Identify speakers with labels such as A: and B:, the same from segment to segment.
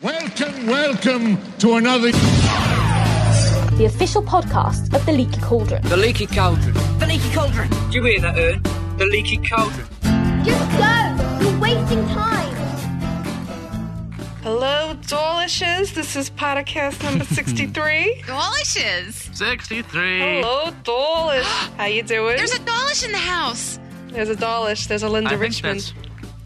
A: Welcome, welcome to another.
B: the official podcast of the Leaky Cauldron.
C: The leaky cauldron.
D: The leaky cauldron.
C: Do you hear that, Ern? The leaky cauldron.
E: Just go! You're wasting time!
F: Hello, Dolishes. This is podcast number 63.
G: Dolishes.
H: 63.
F: Hello, Dolish. How you doing?
G: There's a Dolish in the house.
F: There's a Dolish. There's a
H: I
F: Linda
H: think
F: Richmond.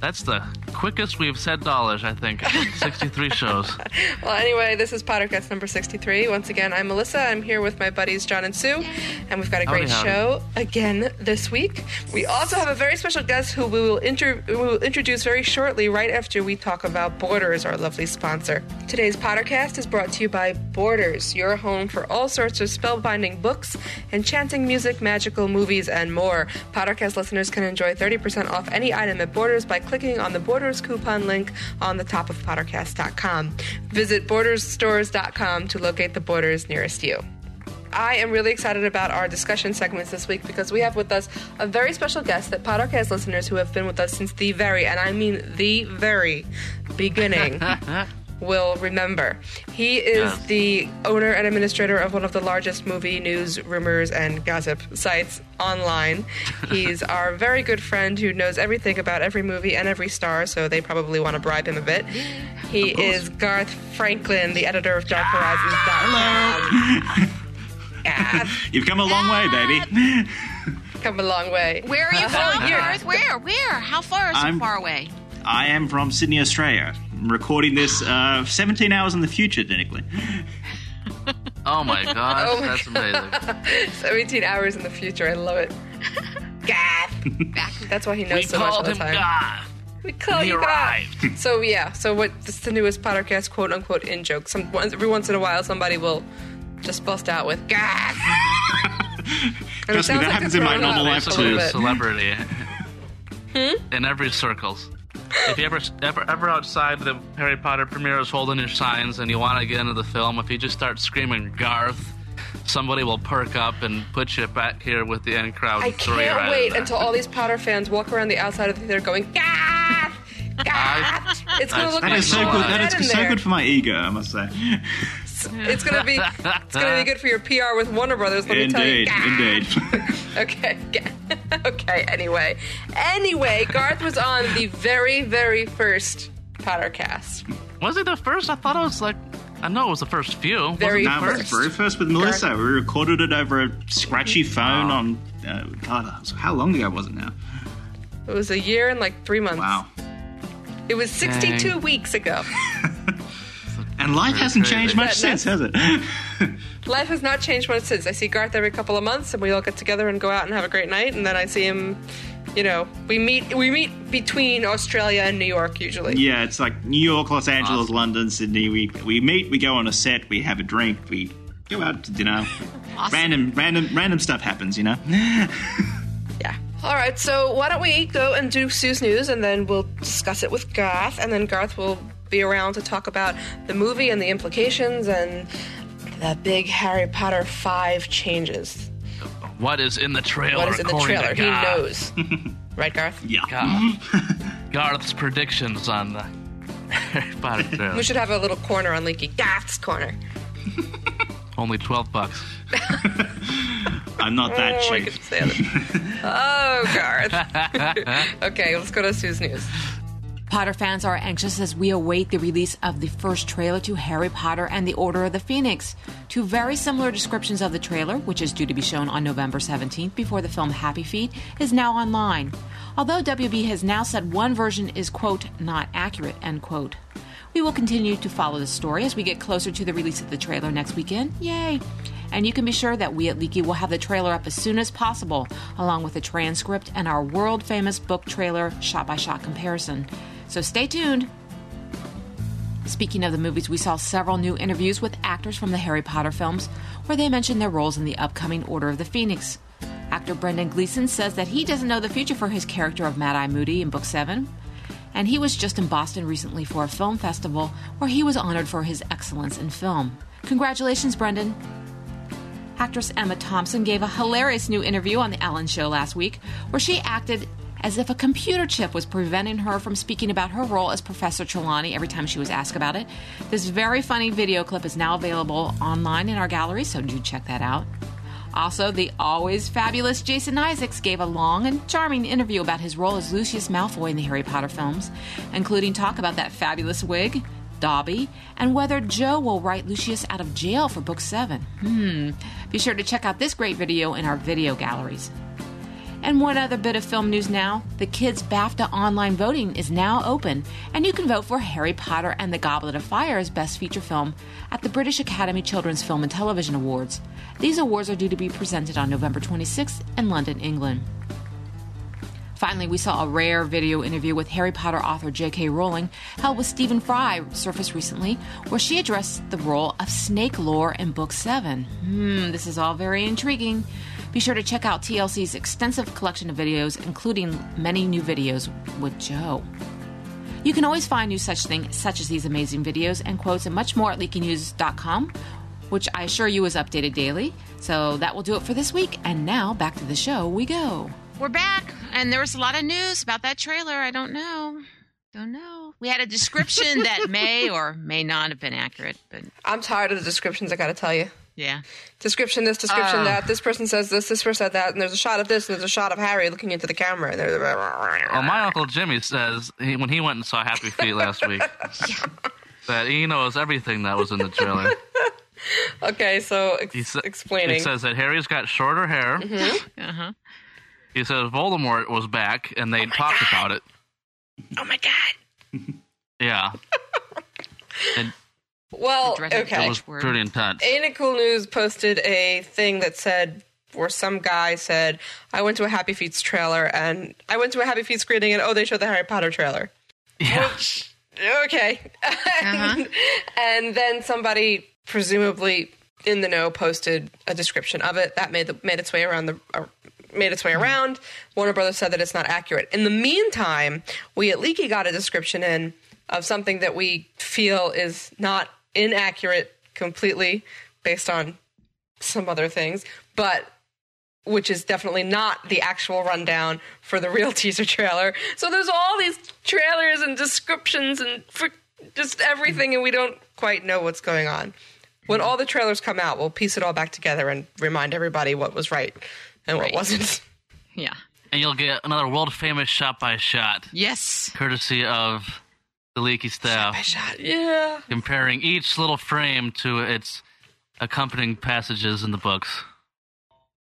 H: That's, that's the quickest we've said dollars, I think. in 63 shows.
F: Well, anyway, this is podcast number 63. Once again, I'm Melissa. I'm here with my buddies John and Sue, and we've got a great
H: Howdy, howdy.
F: show again this week. We also have a very special guest who we will, inter- we will introduce very shortly, right after we talk about Borders, our lovely sponsor. Today's podcast is brought to you by Borders, your home for all sorts of spellbinding books, enchanting music, magical movies, and more. Podcast listeners can enjoy 30% off any item at Borders by clicking on the Borders coupon link on the top of podcast.com. Visit bordersstores.com to locate the Borders nearest you. I am really excited about our discussion segments this week because we have with us a very special guest that podcast listeners who have been with us since the very, and I mean the very beginning, will remember. He is
H: Yes.
F: the owner and administrator of one of the largest movie news, rumors, and gossip sites online. He's our very good friend who knows everything about every movie and every star, so they probably want to bribe him a bit. He is Garth Franklin, the editor of Dark Horizons.com. Garth,
I: You've come a long way,
F: Ah!
I: baby.
F: come a long way.
G: Where are you from,
F: yeah.
G: Garth? Where? Where? How far is
I: I'm-
G: it far away?
I: I am from Sydney, Australia. I'm recording this uh, 17 hours in the future, technically.
H: Oh my gosh, that's amazing.
F: 17 hours in the future. I love it.
G: Back.
F: That's why he knows
H: We
F: so much all
H: called
F: the
H: him
F: time.
H: God.
F: We call
H: He
F: you God.
H: arrived.
F: So yeah. So what? This is the newest podcast, quote unquote, in joke. Some once- every once in a while, somebody will just bust out with God. And it
I: Trust me,
F: sounds
I: that
F: like
I: happens
F: they're
I: in my
F: growing
I: normal
F: up
I: life,
F: a
H: Basically
F: little
I: too,
H: a
F: bit.
H: celebrity.
F: Hmm?
H: In every circles. If you ever, ever, ever outside the Harry Potter premiere is holding your signs and you want to get into the film, if you just start screaming Garth, somebody will perk up and put you back here with the end crowd.
F: I
H: and throw you
F: can't
H: right in
F: wait
H: there.
F: until all these Potter fans walk around the outside of the theater going God. God. It's gonna
H: I-
F: look
H: that
I: That
F: like
I: is so
F: someone
I: good. That
F: dead in
I: is so
F: there.
I: good for my ego, I must say.
F: It's gonna be. It's gonna be good for your PR with Warner Brothers. Let me tell you.
I: Indeed,
F: God.
I: indeed.
F: Okay. okay. Anyway. Anyway, Garth was on the very, very first Pottercast.
H: Was it the first? I thought it was like. I know it was the first few.
F: Very
I: That was the
F: first.
I: very first with Melissa. We recorded it over a scratchy
F: Mm-hmm. Ah.
I: phone on. Uh, God, how long ago was it now?
F: It was a year and like three months.
I: Wow.
F: It was 62
H: Dang.
F: weeks ago.
I: And life hasn't
H: crazy.
I: changed much
F: That-
I: since, has it?
F: Life has not changed much since. I see Garth every couple of months, and we all get together and go out and have a great night. And then I see him. You know, we meet we meet between Australia and New York usually.
I: Yeah, it's like New York, Los Angeles, London, Sydney. We we meet, we go on a set, we have a drink, we go out to dinner. Random, random, random stuff happens, you know.
F: Yeah. All right, so why don't we go and do Sue's news and then we'll discuss it with Garth, and then Garth will be around to talk about the movie and the implications and the big Harry Potter 5 changes.
H: What is in the trailer?
F: What is in the
H: according
F: trailer?
H: to
F: He
H: Garth?
F: knows. right, Garth?
I: Yeah.
H: Garth. Garth's predictions on the Harry Potter trailer.
F: We should have a little corner on Leaky Garth's corner.
H: Only twelve bucks.
I: I'm not that
F: Oh, I
I: cheap.
F: could say that. oh, Garth. okay, let's go to Sue's news.
J: Potter fans are anxious as we await the release of the first trailer to Harry Potter and the Order of the Phoenix. Two very similar descriptions of the trailer, which is due to be shown on November 17th before the film Happy Feet, is now online. Although WB has now said one version is, quote, not accurate, end quote. We will continue to follow the story as we get closer to the release of the trailer next weekend. Yay! And you can be sure that we at Leaky will have the trailer up as soon as possible, along with a transcript and our world famous book trailer shot by shot comparison. So stay tuned. Speaking of the movies, we saw several new interviews with actors from the Harry Potter films where they mentioned their roles in the upcoming Order of the Phoenix. Actor Brendan Gleeson says that he doesn't know the future for his character of Mad Eye Moody in Book 7, and he was just in Boston recently for a film festival where he was honored for his excellence in film. Congratulations, Brendan. Actress Emma Thompson gave a hilarious new interview on The Ellen Show last week where she acted
K: as if a computer chip was preventing her from speaking about her role as Professor Trelawney every time she was asked about it. This very funny video clip is now available online in our gallery, so do check that out. Also, the always fabulous Jason Isaacs gave a long and charming interview about his role as Lucius Malfoy in the Harry Potter films, including talk about that fabulous wig, Dobby, and whether Joe will write Lucius out of jail for book 7. Hmm. Be sure to check out this great video in our video galleries. And one other bit of film news now the kids' BAFTA online voting is now open, and you can vote for Harry Potter and the Goblet of Fire as Best Feature Film at the British Academy Children's Film and Television Awards. These awards are due to be presented on November 26th in London, England. Finally, we saw a rare video interview with Harry Potter author J.K. Rowling held with Stephen Fry surface recently, where she addressed the role of snake lore in Book 7. Hmm, this is all very intriguing. Be sure to check out TLC's extensive collection of videos, including many new videos with Joe. You can always find new such things, such as these amazing videos and quotes and much more at leakynews.com, which I assure you is updated daily. So that will do it for this week. And now back to the show we go.
J: We're back, and there was a lot of news about that trailer. I don't know. Don't know. We had a description that may or may not have been accurate, but
F: I'm tired of the descriptions, I gotta tell you.
J: yeah.
F: Description this,
H: Ah.
F: description that. This person says this, this person said that, and there's a shot of this, and there's a shot of Harry looking into the camera, and there's
H: Well, my uncle Jimmy says he, when he went and saw Happy Feet last week that he knows everything that was in the trailer.
F: okay. So ex-
H: He sa-
F: explaining. Mm-hmm.
H: He says that Harry's got shorter hair.
J: Uh-huh.
H: He says Voldemort was back, and they talked about it.
J: Oh my god.
H: Yeah, and
F: well,
J: Dreaded
F: okay.
H: it was
J: Word.
H: pretty intense.
F: Ain't It Cool News posted a thing that said, or some guy said, I went to a Happy Feet's trailer and I went to a Happy Feet screening and oh, they showed the Harry Potter trailer.
H: Yeah.
F: Okay. and, and then somebody, presumably in the know, posted a description of it that made the, made its way around the. Uh, Made its way around. Warner Brothers said that it's not accurate. In the meantime, we at Leaky got a description in of something that we feel is not inaccurate completely based on some other things, but which is definitely not the actual rundown for the real teaser trailer. So there's all these trailers and descriptions and frick just everything, and we don't quite know what's going on. When all the trailers come out, we'll piece it all back together and remind everybody what was right and what wasn't.
J: Yeah.
H: and you'll get another world famous shot by shot,
J: Yes.
H: courtesy of the leaky staff.
F: Yeah.
H: comparing each little frame to its accompanying passages in the books,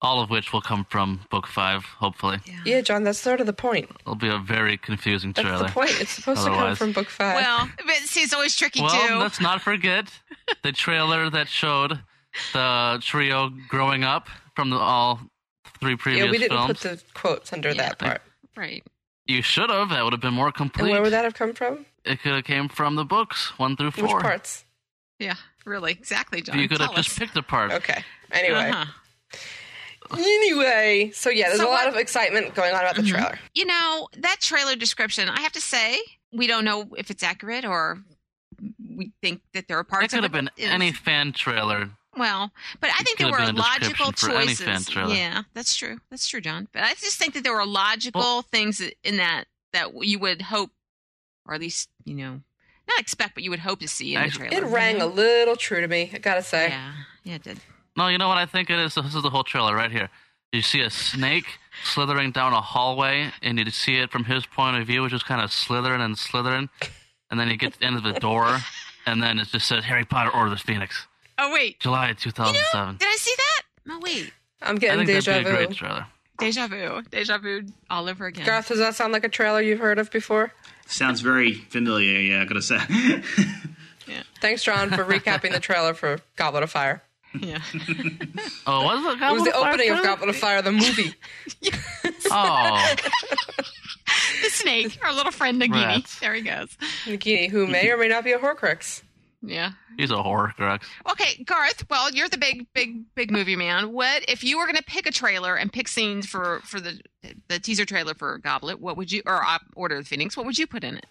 H: all of which will come from book five, hopefully.
F: Yeah, John, that's sort of the point.
H: It'll be a very confusing
F: That's
H: trailer.
F: the point. It's supposed to come
H: Otherwise-
F: from book five.
J: Well, but see, it's always tricky
H: Well,
J: too.
H: let's not forget the trailer that showed the trio growing up from the, all three previous
F: yeah, we didn't
H: films.
F: put the quotes under that part.
J: Right.
H: you should have. That would have been more
F: And
H: complete.
F: where would that have come from?
H: It could have came from the books, one through four.
F: Which parts?
J: Yeah. Really. Exactly, John.
H: You could have
J: Tell
H: just
J: us.
H: picked a part.
F: Okay. Anyway.
J: Uh-huh.
F: Anyway, so yeah, there's
J: So
F: a lot
J: what-
F: of excitement going on about
H: Mm-hmm.
F: the trailer.
J: You know, that trailer description, I have to say, we don't know if it's accurate or we think that there are parts
H: It could
J: of
H: have been
J: it is-
H: any fan trailer
J: Well, but I think there
H: could
J: were
H: have been a description
J: logical
H: for any
J: choices.
H: fan trailer.
J: yeah, that's true. That's true, John. But I just think that there were logical things in that that you would hope, or at least you know, not expect, but you would hope to see in
H: Actually-
J: the
F: It
J: trailer.
F: rang a little true to me, I gotta say.
J: Yeah, yeah, it did.
H: No, you know what I think it is? This is the whole trailer right here. You see a snake slithering down a hallway, and you see it from his point of view, which is kind of slithering and slithering. And then you get to the end of the door, and then it just says Harry Potter Order of the Phoenix,
J: Oh wait,
H: July
J: you know,
H: 2007.
J: did I see that? No, wait,
F: I'm
H: I
F: getting
H: think
F: deja
H: that'd be a
F: vu.
H: great trailer.
J: deja vu, deja vu, all over again.
F: Garth, does that sound like a trailer you've heard of before?
I: Sounds very familiar. Yeah, I gotta say.
F: Thanks, John, for recapping the trailer for Goblet of Fire.
J: Yeah,
H: Oh, was it?
F: It was the opening of Goblet of Fire, the movie.
H: Oh,
J: the snake, our little friend Nagini.
H: Rats.
J: There he goes.
F: Nagini, who may or may not be a Horcrux.
J: Yeah.
H: he's a horror crux.
J: Okay, Garth. Well, you're the big, big, big movie man. What if you were going to pick a trailer and pick scenes for for the the teaser trailer for Goblet? What would you or uh, Order of the Phoenix? What would you put in it?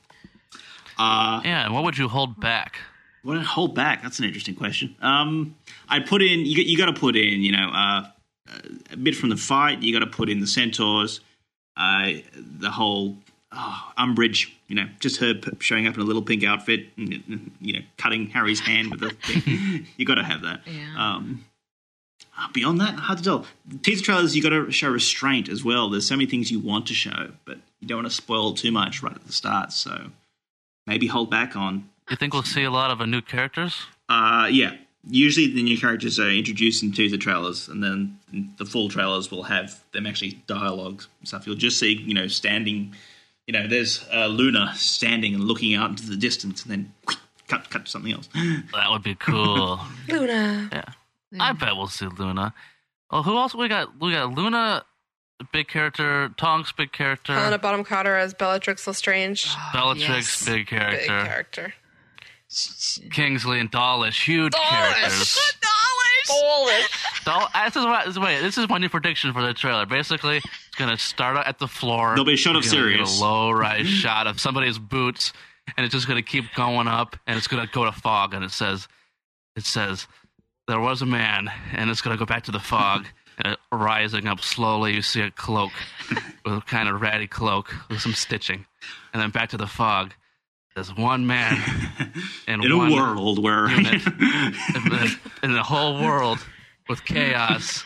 I: Uh,
H: Yeah, and what would you hold back?
I: what did I hold back? That's an interesting question. Um, I put in. You, got- you got to put in. You know, uh, a bit from the fight. You got to put in the centaurs. uh, the whole oh, umbrage, you know, just her p- showing up in a little pink outfit and, you know, cutting Harry's hand with a thing. you got to have that.
J: Yeah.
I: Um, uh, beyond that, hard to tell. Teaser trailers, you got to show restraint as well. There's so many things you want to show, but you don't want to spoil too much right at the start. So maybe hold back on.
H: You think we'll see a lot of uh, new characters?
I: Uh, yeah. Usually, the new characters are introduced in teaser trailers, and then the full trailers will have them actually dialogues and stuff. You'll just see, you know, standing, you know, there's uh, Luna standing and looking out into the distance, and then cut, cut to something else.
H: That would be cool.
F: Luna.
H: I bet we'll see Luna. Oh, who else we got? We got Luna, big character. Tonks, big character.
F: Helena Bottom Carter as Bellatrix Lestrange.
J: Yes.
H: Bellatrix, big Ah, character.
F: Big character.
H: Kingsley and Dawlish, huge
F: Dawlish.
H: characters.
J: Dollars.
F: Polish.
H: Daw- uh, this is what, this, wait, this is my new prediction for the trailer. Basically, it's gonna start out at the floor.
I: There'll be a shot
H: You're
I: of Mm-hmm.
H: gonna get
I: Sirius.
H: a low rise shot of somebody's boots, and it's just gonna keep going up, and it's gonna go to fog, and it says, it says, there was a man, and it's gonna go back to the fog. and it- Rising up slowly, you see a cloak, a kind of ratty cloak with some stitching, and then back to the fog. There's one man and
I: In a
H: one
I: world where
H: unit in the, in the whole world with chaos.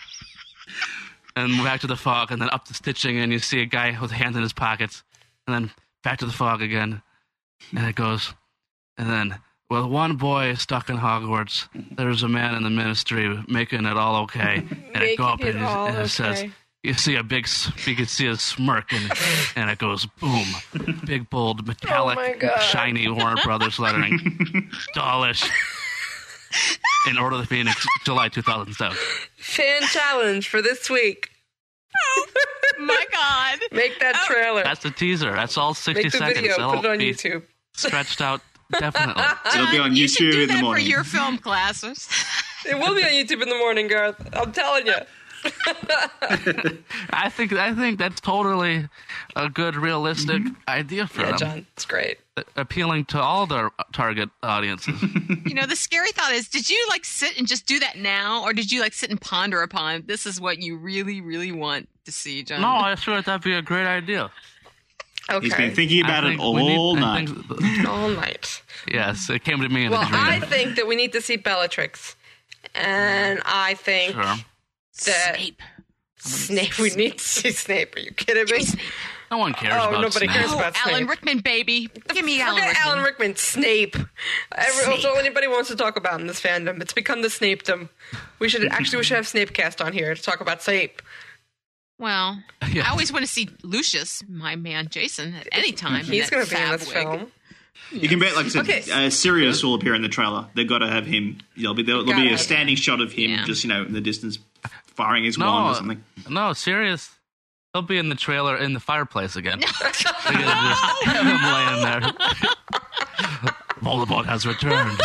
H: And back to the fog, and then up to stitching, and you see a guy with hands in his pockets, and then back to the fog again. And it goes, and then, well, one boy is stuck in Hogwarts. There's a man in the ministry making it all okay. And it
F: Making
H: go up,
F: it
H: and it,
F: all
H: and it says,
F: okay.
H: you see a big, s- you can see a smirk, and, and it goes boom, big, bold,
F: Oh my
H: metallic,
F: God.
H: shiny Warner Brothers lettering, Dawlish. In Order of the Phoenix, July 2007.
F: Fan challenge for this week.
J: My God.
F: Make that trailer.
H: Oh, That's the teaser. That's all 60
F: Make the
H: seconds.
F: video.
H: It'll
F: Put it on
H: be
F: YouTube.
H: stretched out definitely.
I: It'll be
J: Uh,
I: on
J: you should
I: YouTube
J: do
I: in the
J: that
I: morning.
J: for your film classes.
F: It will be on YouTube in the morning, Garth. I'm telling you.
H: I think I think that's totally a good realistic idea for
F: Mm-hmm. Yeah,
H: them,
F: John, it's great.
H: appealing to all their target audiences.
J: you know, the scary thought is, did you like sit and just do that now, or did you like sit and ponder upon this is what you really, really want to see, John?
H: no, I swear that'd be a great idea.
I: He's
F: Okay.
I: been thinking
H: I
I: about it
H: think we need-
I: all
H: I
I: night.
H: think-
F: All night.
H: yes, it came to me in
F: Well,
H: a dream.
F: I think that we need to see Bellatrix. And I think
H: Sure.
F: that
J: Snape.
F: Snape, we need to see Snape. Are you kidding me?
H: No one cares
F: Oh,
H: about
F: nobody
H: Snape.
F: cares.
J: Oh,
F: about
J: Alan
F: Snape.
J: Rickman, baby. Give me Alan
F: Forget
J: Rickman.
F: Alan Rickman, Snape. Every,
J: Snape.
F: That's all anybody wants to talk about in this fandom. It's become the Snapedom. We should actually we should have Snapecast on here to talk about Snape.
J: Well,
H: Yeah.
J: I always want to see Lucius, my man Jason, at any time.
F: He's
J: going to
F: be in this film.
I: You can bet, like I said,
F: Okay.
I: uh, Sirius will appear in the trailer. They've got to have him. There'll be, there'll,
F: Gotta
I: be a
F: have
I: standing shot of him,
J: Yeah.
I: just you know, in the distance, firing his wand or
H: No,
I: something.
H: no, serious. He'll be in the trailer in the fireplace again. They're gonna just have him laying there. Voldemort has returned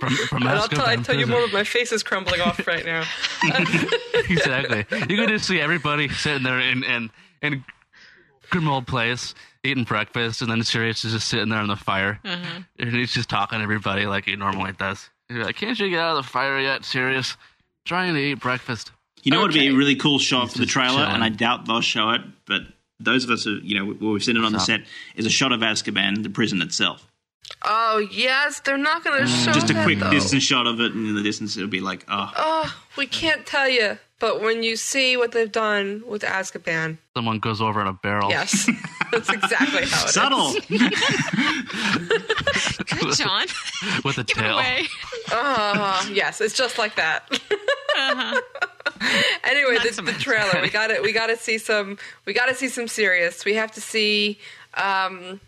H: from from
F: And I'll
H: Azkaban
F: tell, I tell you
H: prison.
F: more. My face is crumbling off right now.
H: exactly. You can just see everybody sitting there in in, in grim old place eating breakfast, and then Sirius is just sitting there on the fire,
F: Mm-hmm.
H: and he's just talking to everybody like he normally does. He's like, "Can't you get out of the fire yet, Sirius? Trying to eat breakfast."
I: You know what would be a
F: Okay.
I: really cool shot for the
H: just
I: trailer,
H: chilling.
I: and I doubt they'll show it. But those of us who you know, where we've seen it on the
H: What's
I: set, is a shot of Azkaban, the prison itself.
F: Oh yes, they're not going to show
I: Mm. Just a
F: that,
I: quick
F: though.
I: distance shot of it, and in the distance it'll be like, oh,
F: Oh, we can't tell you. But when you see what they've done with Azkaban,
H: Someone goes over in a barrel.
F: yes, that's exactly how it is.
I: subtle.
J: Good, John.
H: with a
J: Give it
H: tail.
J: away.
F: Uh, yes, it's just like that.
J: Uh-huh.
F: anyway,
J: Not
F: the,
J: so
F: the
J: much.
F: trailer. We got it. We got to see some. We got to see some serious. We have to see. Um,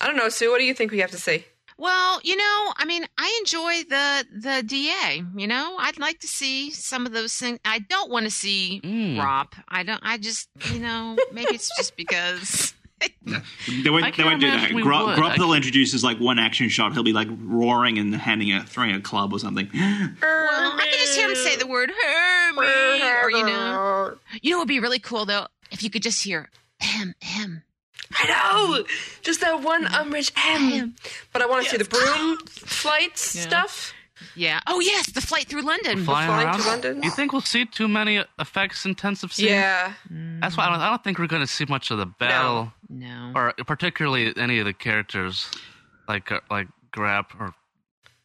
F: I don't know, Sue. What do you think we have to see?
J: Well, you know, I mean, I enjoy the the DA. You know, I'd like to see some of those things. I don't want to see Rop. I don't. I just, you know, maybe it's just because.
I: They
H: I
I: won't, they
H: can't
I: won't do that.
H: imagine we
I: Gro-
H: would.
I: Grop
H: I-
I: they'll introduce as like one action shot. He'll be like roaring and handing a throwing a club or something.
J: Well, I can just hear him say the word Hermie, or you know, you know, it'd be really cool though if you could just hear him, him.
F: I know, um, just that one umbrage M. But I want to see the broom flights stuff.
J: Yeah. Oh yes, the flight through London.
H: Flying
F: flying
H: around.
F: to London?
H: You think we'll see too many effects intensive scenes?
F: Yeah.
H: That's why I don't, I don't think we're going to see much of the battle,
J: No.
H: or particularly any of the characters, like uh, like Grab or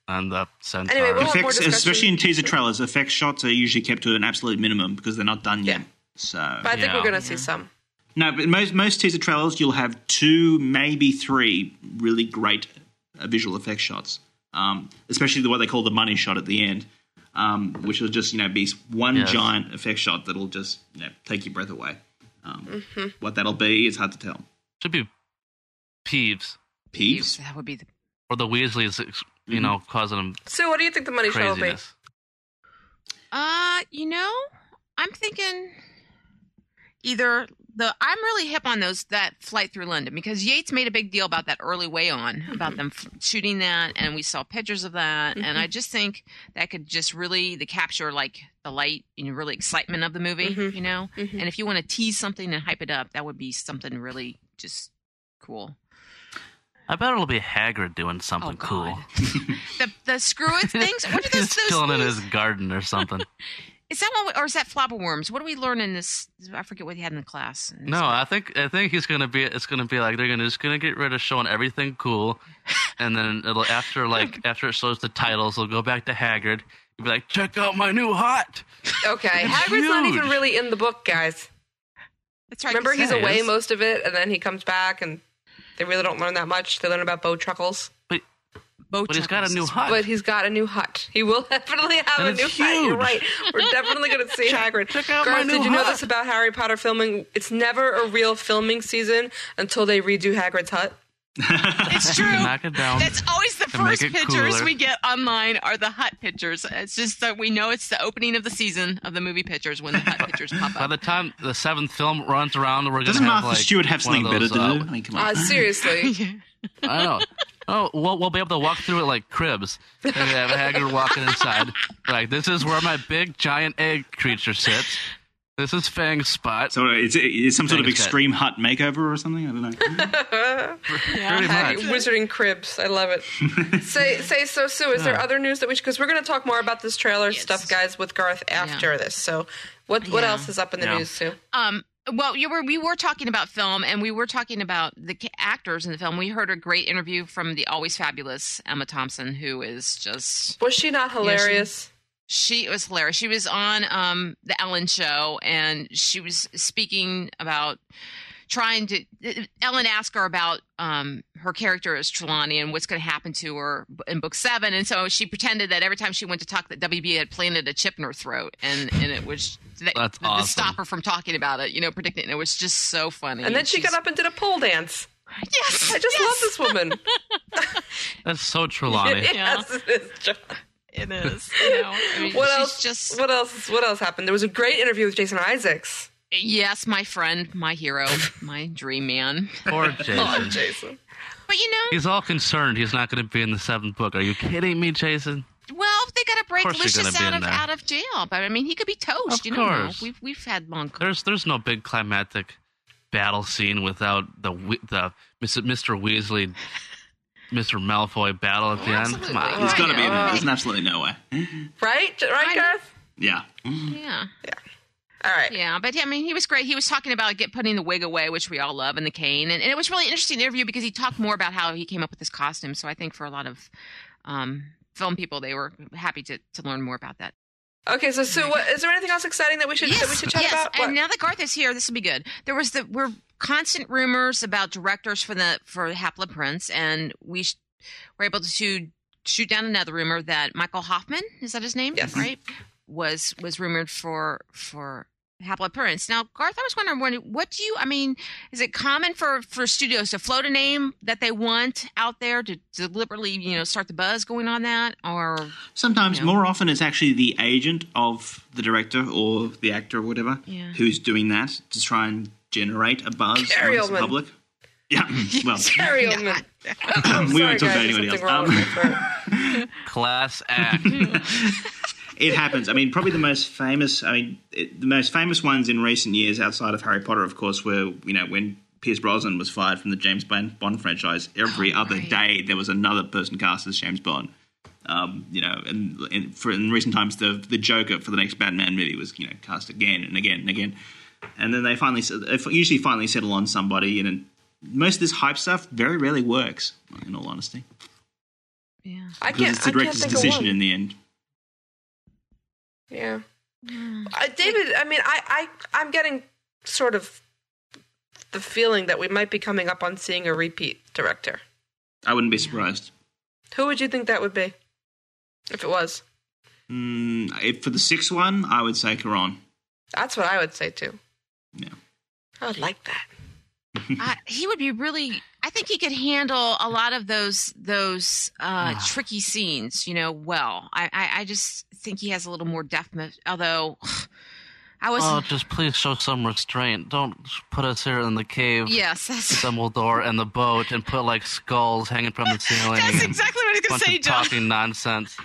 H: and the Centaur.
F: Anyway, we'll- more
I: Effects,
F: discussion.
I: especially in teaser trailers, effect shots are usually kept to an absolute minimum because they're not done yet.
F: Yeah.
I: So
F: But I think
H: Yeah.
F: we're going to see some.
I: no, but most most teaser trailers you'll have two, maybe three really great uh, visual effects shots. Um, especially the what they call the money shot at the end, um, which will just you know be one
H: Yes.
I: giant effect shot that'll just you know take your breath away. Um, What that'll be is hard to tell.
H: should be Peeves
I: Peeps.
J: That would be the
H: or the Weasleys, ex- you know, causing them
F: So, what do you think the money shot will Mm-hmm. be?
H: craziness.
J: Uh, you know, I'm thinking either the I'm really hip on those that flight through London because Yates made a big deal about that early way on about them f- shooting that and we saw pictures of that and I just think that could just really the capture like the light and really excitement of the movie, you know. And if you want to tease something and hype it up, that would be something really just cool.
H: I bet it'll be Hagrid doing something
J: Oh,
H: cool.
J: God. The the screw it things. What are those?
H: He's chilling
J: those
H: in
J: things?
H: his garden or something.
J: Is that one, or is that flopper worms? What do we learn in this? I forget what he had in the class.
H: No, I think I think he's gonna be. It's gonna be like they're gonna just gonna get rid of showing everything cool, and then it'll after like after it shows the titles, they'll go back to Haggard. You'll be like, check out my new hot.
F: Okay. Hagrid's not even
H: huge.
F: really in the book, guys.
J: That's right.
F: Remember,
J: 'cause
F: he's
H: He
F: away
H: is.
F: most of it, and then he comes back, and they really don't learn that much. They learn about bow truckles,
J: Boat
H: But he's got a
J: chuckles
H: new
J: is-
H: hut.
F: but he's got a new hut. He will definitely have
H: And
F: a new
H: it's
F: hut. You're
H: huge.
F: right. We're definitely going to see Hagrid.
H: check out
F: Garth,
H: my new
F: did you know
H: hut.
F: this about Harry Potter filming? It's never a real filming season until they redo Hagrid's hut.
J: It's true.
H: Knock it down.
J: That's always the
H: To make
J: first
H: it
J: pictures
H: cooler.
J: we get online are the hut pictures. It's just that we know it's the opening of the season of the movie pictures when the hut pictures pop
H: By
J: up.
H: the time the seventh film runs around, we're gonna
I: Doesn't
H: have,
I: Martha
H: like,
I: Stewart have
H: one
I: something
H: of
I: better to
H: those,
I: do?
H: uh,
I: I mean, come on.
F: Uh, seriously.
H: I know. Oh, we'll, we'll be able to walk through it like cribs. And they have Haggard walking inside. Like, this is where my big giant egg creature sits. This is Fang's spot.
I: so it's, it's some sort of
H: Thanks, Kat.
I: extreme hut makeover or something. I don't know.
H: Pretty
F: Hag-
H: much.
F: Wizarding cribs. I love it. say, say, so Sue, is there
H: Yeah.
F: other news that we should? Because we're going to talk more about this trailer
J: Yes.
F: stuff, guys, with Garth after this. So, what what
J: Yeah.
F: else is up in the
H: Yeah.
F: news, Sue?
J: Um, well, you were we were talking about film, and we were talking about the ca- actors in the film. We heard a great interview from the always fabulous Emma Thompson, who is just
F: Was she not hilarious?
J: she was hilarious. She was on um, the Ellen Show, and she was speaking about trying to Ellen asked her about um, her character as Trelawney and what's going to happen to her in book seven, and so she pretended that every time she went to talk, that WB had planted a chip in her throat, and and it was that,
H: That's
J: to
H: awesome.
J: stop her from talking about it, you know, predicting. It was just so funny.
F: and then she
J: She's-
F: got up and did a pole dance.
J: Yes,
F: I just
J: yes,
F: love this woman.
H: That's so Trelawney.
F: yes, it is. John.
J: It is. You know, I mean,
F: What
J: she's
F: else?
J: Just
F: What else? What else happened? There was a great interview with Jason Isaacs.
J: yes, my friend, my hero, my dream man.
H: Poor Jason.
F: Oh, Jason.
J: But you know,
H: He's all concerned he's not going to be in the seventh book. Are you kidding me, Jason?
J: Well, they got to break
H: course you're
J: Lucius
H: gonna be
J: out
H: in
J: of
H: there.
J: out of jail, but I mean, he could be toast.
H: Of
J: you don't know,
H: course.
J: we've we've had long.
H: There's there's no big climactic battle scene without the Wee- the Mr. Mr. Weasley, Mr. Malfoy battle at the end. Come on.
I: It's got to
J: I
I: be. in
J: know.
I: there. There's absolutely no way.
F: Right? Right,
J: know.
F: Garth?
I: Yeah.
J: Yeah,
F: All right.
J: yeah, but I mean, he was great. He was talking about get putting the wig away, which we all love, and the cane, and, and it was really interesting interview because he talked more about how he came up with this costume. So I think for a lot of um, film people, they were happy to to learn more about that.
F: Okay, so Sue, what, is there anything else exciting that we should that we should chat
J: yes.
F: about? What?
J: And now that Garth is here, this will be good. There was the were constant rumors about directors for the for Hapla Prince, and we sh- were able to shoot down another rumor that Michael Hoffman is that his name?
F: Yes.
J: right. Was was rumored for for Hapla Prince. Now, Garth, I was wondering, what- what do you? I mean, is it common for for studios to float a name that they want out there to deliberately, you know, start the buzz going on that, or
I: Sometimes, more often, it's actually the agent of the director or the actor or whatever
J: Yeah.
I: who's doing that to try and generate a buzz
F: Gary
I: amongst the
F: Oldman.
I: public. Yeah, well,
F: Harry Oldman.
I: we won't talk about anyone else. Um,
H: Class act.
I: it happens. I mean, probably the most famous. I mean, it, the most famous ones in recent years, outside of Harry Potter, of course, were you know when Pierce Brosnan was
F: Oh,
I: fired from the James Bond, Bond franchise. Every other day, there was another person cast as James Bond. Um, you know, and, and for in recent times, the the Joker for the next Batman movie was you know cast again and again and again, and then they finally they usually finally settle on somebody, and then most of this hype stuff very rarely works. In all honesty,
J: Yeah.
F: I can't.
I: because it's the
F: I can't
I: director's
F: think of
I: decision
F: one.
I: in the end.
F: Yeah. Uh, David, I mean, I, I, I'm getting sort of the feeling that we might be coming up on seeing a repeat director.
I: I wouldn't be surprised.
F: Who would you think that would be? If it was,
I: Mm, if for the sixth one, I would say Caron.
F: that's what I would say too.
I: Yeah.
F: I would like that.
J: I, he would be really. I think he could handle a lot of those those uh,
H: Ah.
J: tricky scenes, you know. Well, I, I I just think he has a little more depth. mo- Although, I was
H: Oh, just please show some restraint. Don't put us here in the cave.
J: yes, that's,
H: Dumbledore and the boat, and put like skulls hanging from the ceiling.
J: that's
H: and-
J: exactly what I was gonna
H: bunch
J: say,
H: of
J: John.
H: talking nonsense.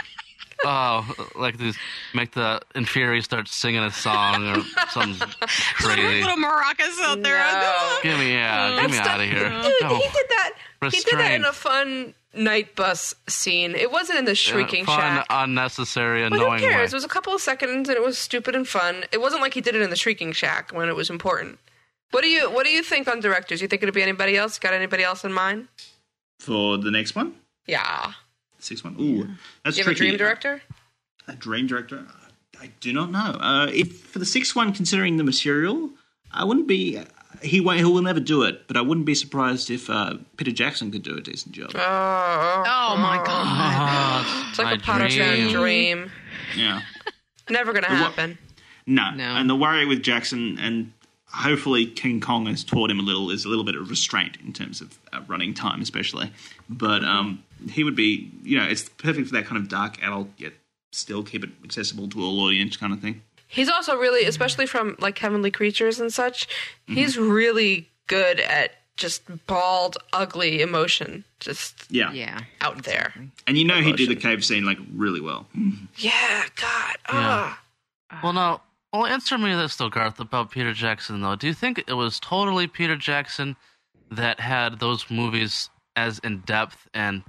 H: Oh, like these make the inferior start singing a song or something crazy.
J: Little maracas out there.
F: No.
H: Give me yeah, give me out of here.
F: Dude,
H: No.
F: he did that. He did that in
H: Restraint.
F: a fun night bus scene. It wasn't in the
H: Uh,
F: shrieking
H: Fun,
F: shack.
H: unnecessary,
F: But who
H: annoying way.
F: cares? It was a couple of seconds, and it was stupid and fun. It wasn't like he did it in the Shrieking Shack when it was important. What do you What do you think on directors? You think it'll be anybody else? Got anybody else in mind?
I: For the next one,
F: Yeah.
I: sixth one. Ooh, that's
F: Do you have
I: tricky.
F: a dream director?
I: A dream director? I do not know. Uh, if for the sixth one, considering the material, I wouldn't be. He won't. He will never do it. But I wouldn't be surprised if uh, Peter Jackson could do a decent job.
F: Oh,
J: Oh my god!
H: Ah,
F: it's like a
H: my
F: Potter
H: dream.
F: Town dream.
I: Yeah.
F: Never gonna happen.
I: No.
J: No.
I: And the worry with Jackson and hopefully King Kong has taught him a little is a little bit of restraint in terms of uh, running time, especially. But um, he would be, you know, it's perfect for that kind of dark adult yet still keep it accessible to all audience kind of thing.
F: He's also really, especially from like Heavenly Creatures and such. He's really good at just bald, ugly emotion, just
I: Yeah.
J: Yeah,
F: out there.
I: And you know he did the cave scene like really well.
F: Yeah. God. Ah.
H: Well, now, well, answer me this though, Garth, about Peter Jackson though. Do you think it was totally Peter Jackson that had those movies as in depth and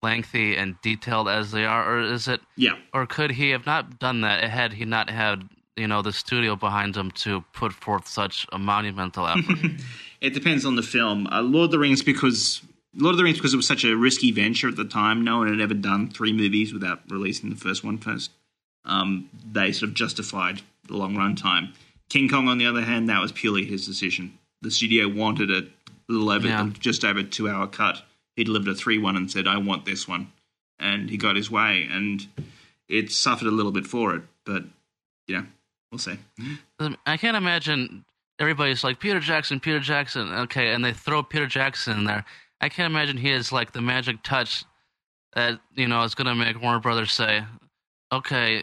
H: lengthy and detailed as they are, or is it
I: Yeah.
H: or could he have not done that had he not had you know the studio behind him to put forth such a monumental effort
I: It depends on the film. Uh, Lord of the Rings because Lord of the Rings because it was such a risky venture at the time. No one had ever done three movies without releasing the first one first. Um, they sort of justified the long run time. King Kong, on the other hand, that was purely his decision. The studio wanted a little over
H: Yeah.
I: just over two hour cut. He delivered a three one and said, "I want this one," and he got his way. And it suffered a little bit for it, but yeah, we'll see.
H: i can't imagine everybody's like peter jackson peter jackson okay and they throw peter jackson in there i can't imagine he is like the magic touch that you know is going to make warner brothers say okay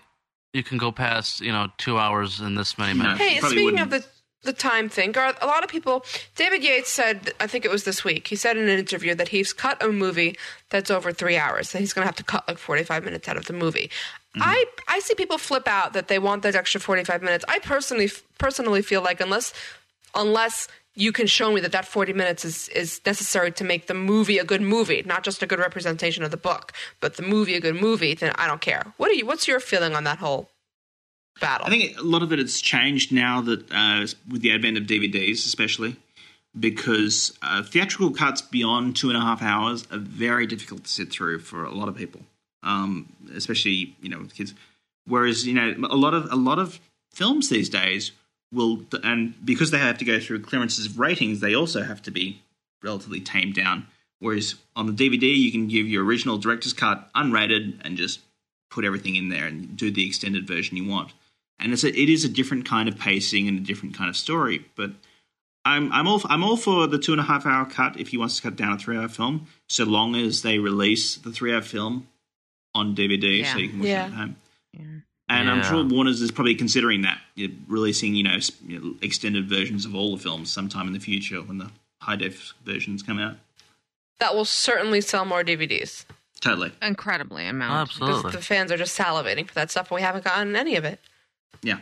H: you can go past you know two hours in this many minutes
F: Hey,
I: Probably
F: speaking of
I: wouldn't.
F: the the time thing, Garth, a lot of people. David Yates said, I think it was this week. He said in an interview that he's cut a movie that's over three hours. That he's going to have to cut like forty five minutes out of the movie.
I: Mm-hmm.
F: I I see people flip out that they want that extra forty five minutes. I personally personally feel like unless unless you can show me that that 40 minutes is, is necessary to make the movie a good movie not just a good representation of the book but the movie a good movie then i don't care what are you what's your feeling on that whole battle
I: I think a lot of it has changed now that uh, with the advent of DVDs, especially because uh, theatrical cuts beyond two and a half hours are very difficult to sit through for a lot of people, um, especially you know with kids. Whereas you know a lot of a lot of films these days will and because they have to go through clearances of ratings, they also have to be relatively tamed down. Whereas on the DVD, you can give your original director's cut unrated and just put everything in there and do the extended version you want. And it's a, it is a different kind of pacing and a different kind of story. But I'm I'm all I'm all for the two and a half hour cut if he wants to cut down a three hour film, so long as they release the three hour film on DVD so
J: Yeah.
I: you can watch
F: Yeah.
I: it at home. And I'm
H: Yeah.
I: sure Warner's is probably considering that you know, releasing you know, sp- you know extended versions of all the films sometime in the future when the high def versions come out.
F: that will certainly sell more DVDs
I: Totally.
J: incredibly amount.
F: because
H: absolutely
F: the fans are just salivating for that stuff, and we haven't gotten any of it.
I: Yeah.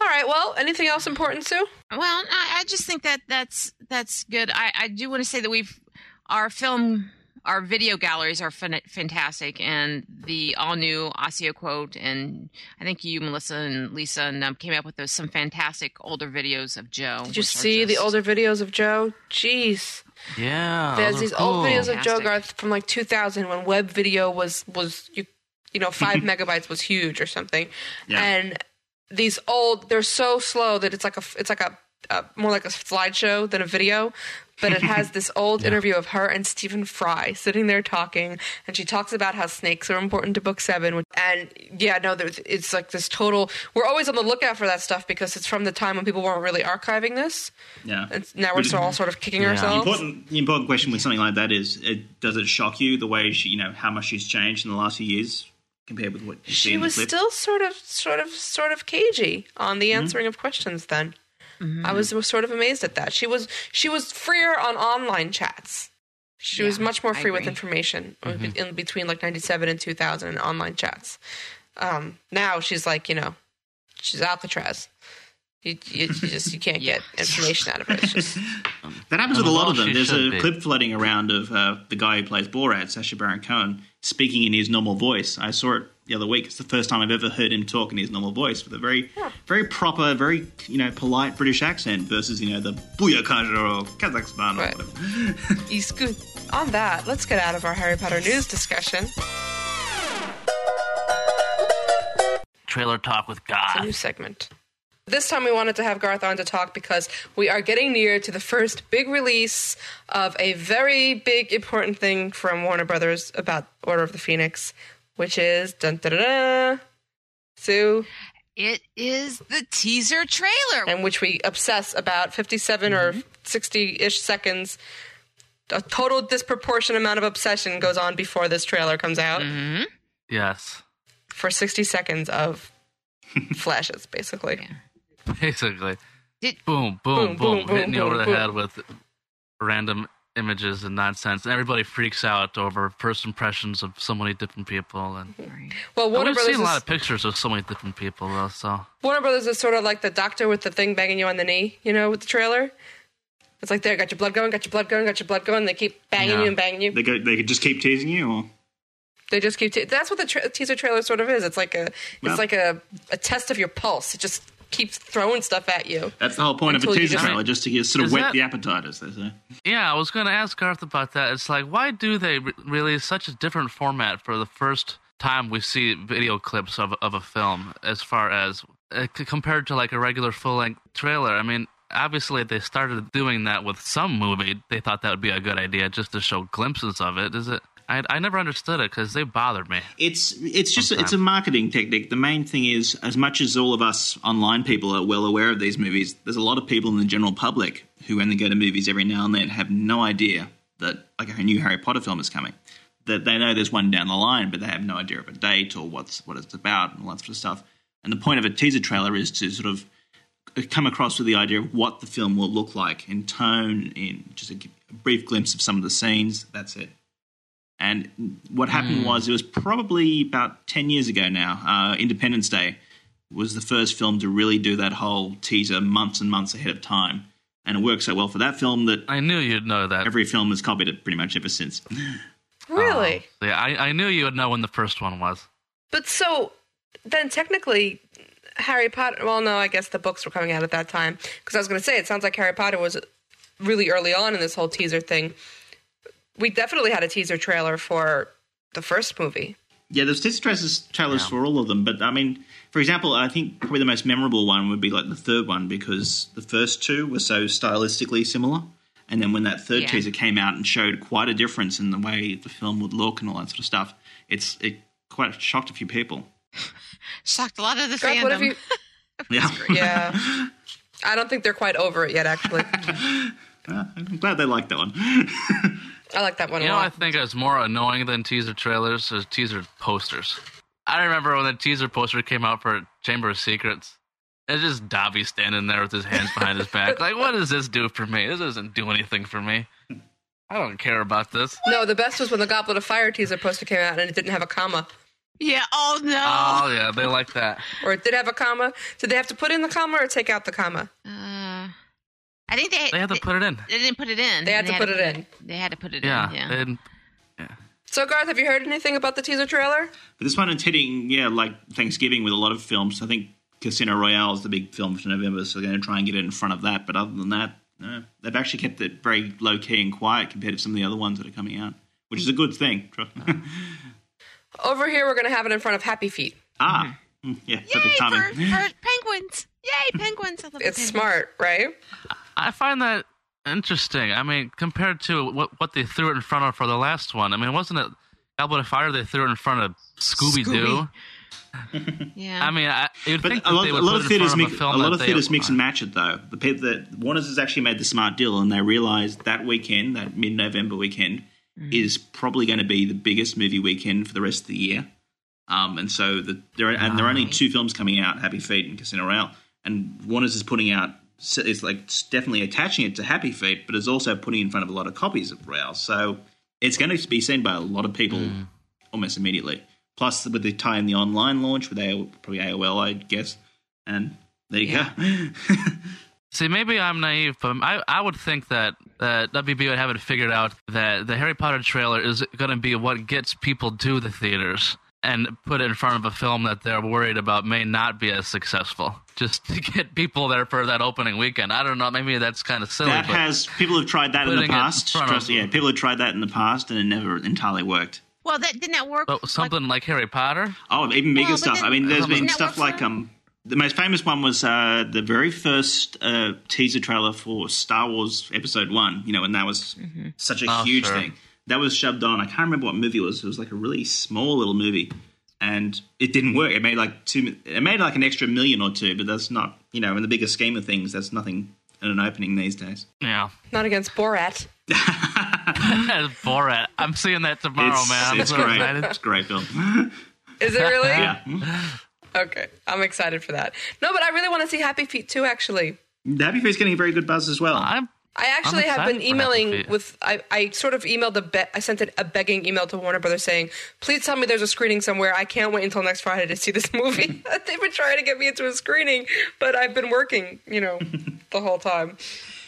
F: All right. Well, anything else important, Sue?
J: Well, I, I just think that that's that's good. I, I do want to say that we've our film our video galleries are fan- fantastic, and the all new Osseo quote, and I think you, Melissa, and Lisa, and um, came up with those, some fantastic older videos of Joe.
F: Did you see the older videos of Joe? Jeez.
H: Yeah.
F: There's
H: those are
F: these
H: Oh, cool.
F: old videos of Joe
J: Fantastic.
F: Garth from like 2000 when web video was was you, you know five megabytes was huge or something,
I: Yeah.
F: and these old they're so slow that it's like a it's like a, a more like a slideshow than a video. But it has this old interview of her and Stephen Fry sitting there talking, and she talks about how snakes are important to book seven. which- And yeah, no, there- it's like this total. We're always on the lookout for that stuff because it's from the time when people weren't really archiving this.
I: Yeah.
F: And now we're
I: But-
F: all sort of kicking
H: Mm-hmm. Yeah.
I: The
F: ourselves.
I: important, the important question with something like that is, it, does it shock you the way she, you know, how much she's changed in the last few years compared with what you see
F: she
I: in the
F: was
I: clip? Mm-hmm.
F: still sort of sort of sort of cagey on the answering of questions then
J: Mm-hmm.
F: i was sort of amazed at that she was she was freer on online chats she was
J: Yeah,
F: much more
J: I
F: free with
J: agree.
F: information uh,
I: Mm-hmm.
F: in between like 97 and 2000 in online chats um, now she's like you know she's alcatraz you, you, you just you can't get information out of her. It's just,
I: That happens with a
H: Well,
I: lot of them.
H: Oh, she
I: There's
H: should
I: a
H: be.
I: clip floating around of uh, the guy who plays Borat, Sacha Baron Cohen, speaking in his normal voice. I saw it the other week. It's the first time I've ever heard him talk in his normal voice with a very, very proper, very you know polite British accent versus you know the Booyakaja or Kazakhstan
F: Right.
I: or whatever.
F: it's good. On that, let's get out of our Harry Potter news discussion.
H: Trailer talk with
F: a new
H: God.
F: segment. This time we wanted to have Garth on to talk because we are getting near to the first big release of a very big important thing from Warner Brothers about Order of the Phoenix, which is dun dun dun, dun Sue,
J: It is the teaser trailer.
F: and which we obsess about 57
H: Mm-hmm.
F: or 60 ish seconds. A total disproportionate amount of obsession goes on before this trailer comes out
H: Mm-hmm. Yes.
F: for 60 seconds of flashes, basically.
H: Basically.
J: Did-
H: boom,
F: Boom,
H: boom, boom,
F: boom,
H: hitting
F: boom,
H: you over
F: boom,
H: the
F: boom.
H: head with random images and nonsense. And everybody freaks out over first impressions of so many different people. And
F: Well, Warner
H: we've
F: Brothers
H: seen a
F: is-
H: lot of pictures of so many different people, though. So
F: Warner Brothers is sort of like the doctor with the thing banging you on the knee, you know, with the trailer. It's like there, got your blood going, got your blood going, got your blood going. They keep banging
H: Yeah.
F: you and banging you.
I: They go, they could just keep teasing you, or
F: They just keep. T- that's what the tra- teaser trailer sort of is. It's like a, it's
I: Well-
F: like a, a test of your pulse. It just keeps throwing stuff at you.
I: that's the whole point
F: Until
I: of a
F: you
I: teaser
F: just-
I: trailer, just to get- sort of
H: Is
I: whet
H: that-
I: the appetite, as they say.
H: yeah, I was going to ask Garth about that. It's like, why do they re- release such a different format for the first time we see video clips of of a film, as far as uh, c- compared to like a regular full length trailer? I mean. Obviously, they started doing that with some movie. They thought that would be a good idea just to show glimpses of it. Is it? I, I never understood it because they bothered me.
I: It's it's just it's a marketing technique. The main thing is, as much as all of us online people are well aware of these movies, there's a lot of people in the general public who only go to movies every now and then have no idea that like a new Harry Potter film is coming. That they know there's one down the line, but they have no idea of a date or what's what it's about and all that sort of stuff. And the point of a teaser trailer is to sort of come across with the idea of what the film will look like in tone, in just a, a brief glimpse of some of the scenes. That's it. And what happened was it was probably about 10 years ago now, uh, Independence Day was the first film to really do that whole teaser months and months ahead of time. And it worked so well for that film that
H: I knew you'd know that.
I: every film has copied it pretty much ever since.
F: Really.
H: Um, yeah, I, I knew you would know when the first one was.
F: But so then technically Harry Potter well no, I guess the books were coming out at that time because I was going to say it sounds like Harry Potter was really early on in this whole teaser thing. We definitely had a teaser trailer for the first movie.
I: Yeah, there's teaser trailers, trailers for all of them, but I mean, for example, I think probably the most memorable one would be like the third one because the first two were so stylistically similar, and then when that third
J: Yeah.
I: teaser came out and showed quite a difference in the way the film would look and all that sort of stuff, it's it quite shocked a few people.
J: Shocked a lot of the
F: Garth, what have
J: fandom.
F: you
I: Yeah,
F: Yeah. I don't think they're quite over it yet actually.
I: I'm glad they liked that one.
F: I like that one
H: You
F: a
H: know, I
F: lot.
H: think it's more annoying than teaser trailers is teaser posters. I remember when the teaser poster came out for Chamber of Secrets. It's just Dobby standing there with his hands behind his back. Like, what does this do for me? This doesn't do anything for me. I don't care about this.
F: No, the best was when the Goblet of Fire teaser poster came out and it didn't have a comma.
J: yeah. Oh no.
H: Oh yeah, they like that.
F: Or it did have a comma. Did they have to put in the comma or take out the comma?
J: Uh, I think they
H: They had to put it in.
J: They didn't put it in.
F: They had to put it in.
J: They had to put it
H: Yeah,
J: in. Yeah.
H: they didn't-
F: So, Garth, have you heard anything about the teaser trailer?
I: But this one it's hitting, yeah, like Thanksgiving with a lot of films. I think Casino Royale is the big film for November, so they're going to try and get it in front of that. But other than that, no, they've actually kept it very low key and quiet compared to some of the other ones that are coming out, which is a good thing. trust me.
F: Over here, we're going to have it in front of Happy Feet.
I: ah, mm, yeah,
J: Yay
I: perfect
J: for,
I: timing.
J: for penguins! Yay penguins! I love the
F: It's
J: penguins.
F: smart, right?
H: I find that interesting. I mean, compared to what what they threw it in front of for the last one. I mean, wasn't it Goblet of Fire they threw it in front of Scooby Doo?
J: Scooby. Yeah.
H: I mean, I, you'd
I: But
H: think
I: a
H: that
I: lot,
H: they
I: a
H: would
I: lot
H: put
I: of
H: it in
I: theaters
H: front
I: mix,
H: of a
I: a
H: film
I: lot
H: that
I: of
H: they-
I: theaters mix and match it though. The, pe- the Warner's has actually made the smart deal, and they realised that weekend, that mid-November weekend,
H: Mm.
I: is probably going to be the biggest movie weekend for the rest of the year. Um, and so the, there are, and there are only two films coming out: Happy Feet and Casino Royale. And Warner's is putting out s- it's like it's definitely attaching it to Happy Feet, but is also putting in front of a lot of copies of Royale. So it's going to be seen by a lot of people
H: Mm.
I: almost immediately. Plus, with the tie in the online launch with AOL, probably AOL, I guess. And there you go.
H: See, maybe I'm naive, but I, I would think that uh, WB would have it figured out that the Harry Potter trailer is going to be what gets people to the theaters and put it in front of a film that they're worried about may not be as successful, just to get people there for that opening weekend. I don't know. Maybe that's kind of silly.
I: that
H: but
I: has people have tried that in the
H: putting it in
I: past.
H: front of-
I: Trust, yeah, people have tried that in the past, and it never entirely worked.
J: well, that didn't that work?
H: but something like, Harry Potter.
I: Oh, even bigger
J: but
I: stuff.
J: then-
I: I mean, there's
J: Isn't
I: been
J: that
I: stuff
J: what's
I: like um, the most famous one was uh, the very first uh, teaser trailer for Star Wars Episode One. You know, and that was
J: Mm-hmm.
I: such a
H: Oh,
I: huge
H: sure.
I: thing. That was shoved on. I can't remember what movie it was. It was like a really small little movie, and it didn't work. It made like two. mi- It made like an extra million or two, but that's not. You know, in the bigger scheme of things, that's nothing in an opening these days.
H: Yeah.
F: Not against Borat.
H: Borat. I'm seeing that tomorrow,
I: it's,
H: Oh, man. I'm
I: it's
H: so
I: great.
H: excited.
I: It's a great film.
F: Is it really?
I: yeah.
F: Okay, I'm excited for that. No, but I really want to see Happy Feet too. Actually,
I: Happy Feet's getting very good buzz as well.
H: I'm
F: I actually have been
H: excited for Happy
F: emailing
H: Feet.
F: with. I, I sort of emailed a be- I sent it a begging email to Warner Brothers saying, "Please tell me there's a screening somewhere. I can't wait until next Friday to see this movie." They've been trying to get me into a screening, but I've been working, you know, the whole time.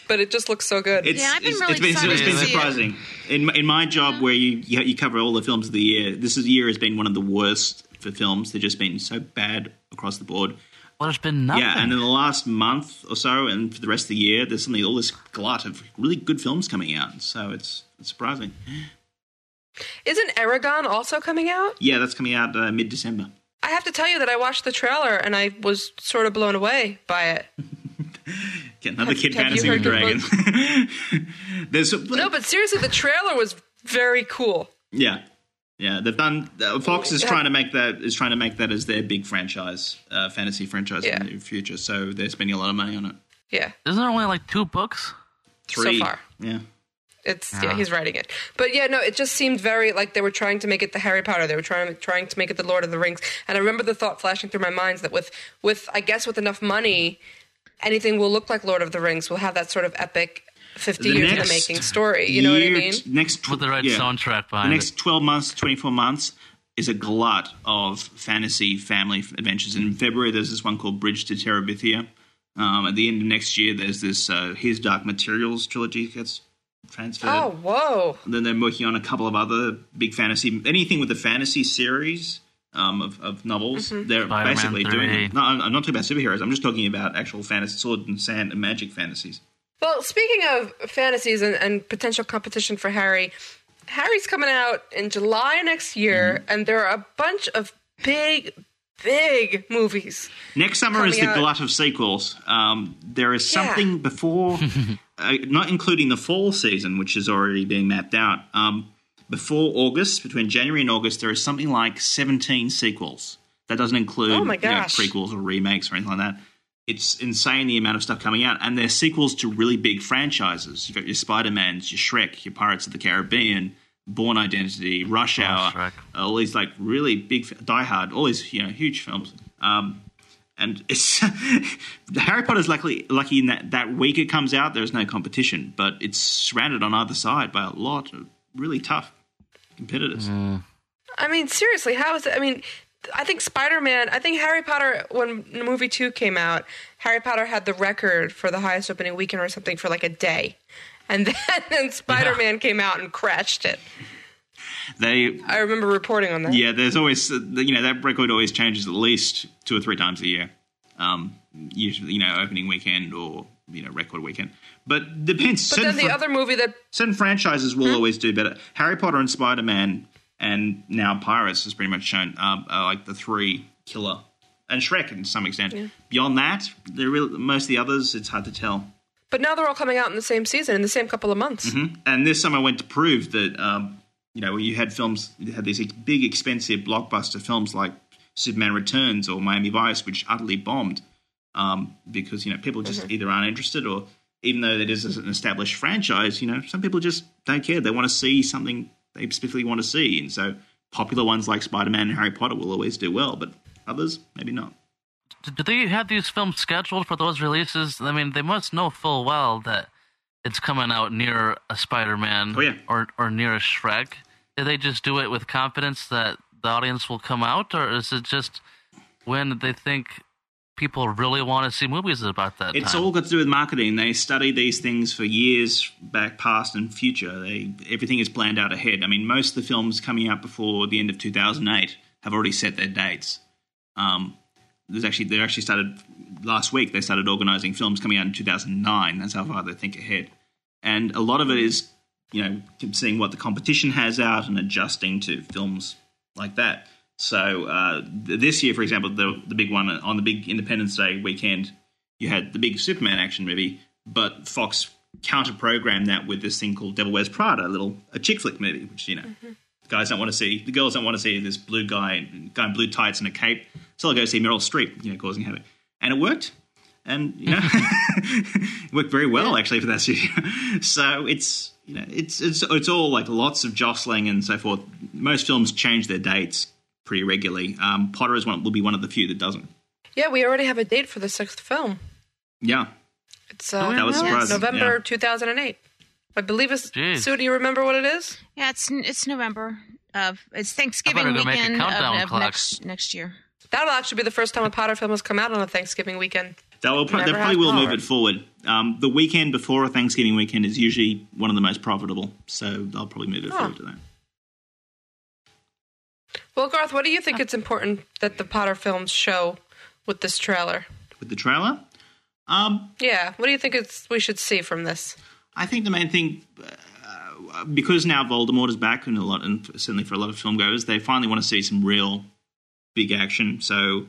F: But it just looks so good.
I: It's,
J: Yeah, I've been
I: it's-
J: really
I: it's been,
J: excited
I: it's been
H: to see it.
I: surprising. In, in my job, where you, you you cover all the films of the year, this is- year has been one of the worst for films. They've just been so bad across the board.
H: Well, there's been nothing.
I: Yeah, and in the last month or so, and for the rest of the year, there's suddenly all this glut of really good films coming out. So it's, it's surprising.
F: Isn't Aragon also coming out?
I: Yeah, that's coming out uh, mid December.
F: I have to tell you that I watched the trailer and I was sort of blown away by it.
I: Get another
F: Have-
I: kid
F: have you
I: fantasy with
F: heard
I: dragons. there's
F: No, but seriously, the trailer was very cool.
I: Yeah, yeah. They've done. uh, Fox is trying to make that is trying to make that as their big franchise, uh, fantasy franchise
F: Yeah.
I: in the future. So they're spending a lot of money on it.
F: Yeah.
H: Isn't there only like two books?
I: Three.
F: far.
I: Yeah.
F: It's yeah. he's writing it, but yeah, no, it just seemed very like they were trying to make it the Harry Potter. They were trying trying to make it the Lord of the Rings, and I remember the thought flashing through my mind that with with I guess with enough money, anything will look like Lord of the Rings. We'll have that sort of epic fifty years in the making story. You know what I
I: year-
F: mean?
I: Next tw-
H: With the right
I: yeah.
H: soundtrack
I: The
H: behind it.
I: next twelve months, twenty four months is a glut of fantasy family f- adventures. In February, there's this one called Bridge to Terabithia. Um, at the end of next year, there's this uh, His Dark Materials trilogy gets transferred.
F: Oh whoa!
I: And then they're working on a couple of other big fantasy, anything with the fantasy series um, of, of novels.
F: Mm-hmm.
I: They're
H: Spider-Man
I: basically
H: 3.
I: doing. No, I'm I'm not talking about superheroes. I'm just talking about actual fantasy, sword and sand and magic fantasies.
F: Well, speaking of fantasies and, and potential competition for Harry, Harry's coming out in July next year, and there are a bunch of big, big movies.
I: Next summer is the
F: Coming out-
I: glut of sequels. Um, there is something before, uh, not including the fall season, which is already being mapped out. Um, before August, between January and August, there is something like 17 sequels. That doesn't include
F: Oh my
I: you know,
F: gosh.
I: prequels or remakes or anything like that. It's insane the amount of stuff coming out, and they're sequels to really big franchises. You've got your Spider Mans, your Shrek, your Pirates of the Caribbean, Born Identity, Rush Hour,
H: Shrek.
I: all these like really big f- Die Hard, all these you know huge films. Um, and it's Harry Potter's luckily lucky in that that week it comes out, there's no competition, but it's surrounded on either side by a lot of really tough competitors.
F: I mean, seriously, how is it? I mean, I think Spider Man, I think Harry Potter, when movie two came out, Harry Potter had the record for the highest opening weekend or something for like a day. And then, then Spider Man came out and crashed it.
I: They
F: I remember reporting on that.
I: yeah, there's always you know that record always changes at least two or three times a year. Um, usually you know opening weekend or you know record weekend, but depends.
F: But then the other Hmm? movie that
I: certain franchises will always do better. Harry Potter and Spider Man, and now Pirates has pretty much shown um, are like the three killer, and Shrek in some extent. Beyond that, the real, most of the others, it's hard to tell.
F: But now they're all coming out in the same season, in the same couple of months.
I: Mm-hmm. And this summer went to prove that um, you know you had films you had these big expensive blockbuster films like Superman Returns or Miami Vice, which utterly bombed um, because you know people just either aren't interested or even though it is an established franchise, you know some people just don't care. They want to see something they specifically want to see, and so popular ones like Spider Man and Harry Potter will always do well, but others maybe not.
H: D- Do they have these films scheduled for those releases? I mean, they must know full well that it's coming out near a Spider-Man
I: Oh, yeah.
H: or or near a Shrek. Do they just do it with confidence that the audience will come out, or is it just when they think people really want to see movies about that?
I: It's
H: time?
I: all got to do with marketing. They study these things for years back, past, and future. They everything is planned out ahead. I mean, most of the films coming out before the end of 2008 have already set their dates. Um, there's actually they actually started last week. They started organising films coming out in 2009. That's how far they think ahead, and a lot of it is you know seeing what the competition has out and adjusting to films like that. So uh, th- this year, for example, the the big one on the big Independence Day weekend, you had the big Superman action movie, but Fox counter programmed that with this thing called Devil Wears Prada, a little a chick flick movie, which you know the guys don't want to see, the girls don't want to see this blue guy guy in blue tights and a cape, so they'll go see Meryl Streep, you know, causing havoc, and it worked. And you know, it worked very well actually for that studio. So it's you know it's it's it's all like lots of jostling and so forth. Most films change their dates pretty regularly. Um, Potter is one will be one of the few that doesn't.
F: Yeah, we already have a date for the sixth film.
I: Yeah,
F: It's uh,
I: Oh, that was surprising.
F: November
I: yeah.
F: 2008. I believe it's.
H: Jeez.
F: Sue, do you remember what it is?
J: Yeah, it's it's November of it's Thanksgiving
H: go make a
J: weekend of,
H: countdown
J: of
H: clock.
J: next next year.
F: That'll actually be the first time a Potter film has come out on a Thanksgiving weekend.
I: They will. Pro- they
F: Never
I: probably
F: have
I: will move
F: power.
I: it forward. Um, the weekend before a Thanksgiving weekend is usually one of the most profitable, so they'll probably move it
F: Oh.
I: forward to that.
F: Well, Garth, what do you think it's important that the Potter films show with this trailer?
I: With the trailer, um,
F: Yeah, what do you think it's we should see from this?
I: I think the main thing, uh, because now Voldemort is back, and a lot, and certainly for a lot of film goers, they finally want to see some real big action. So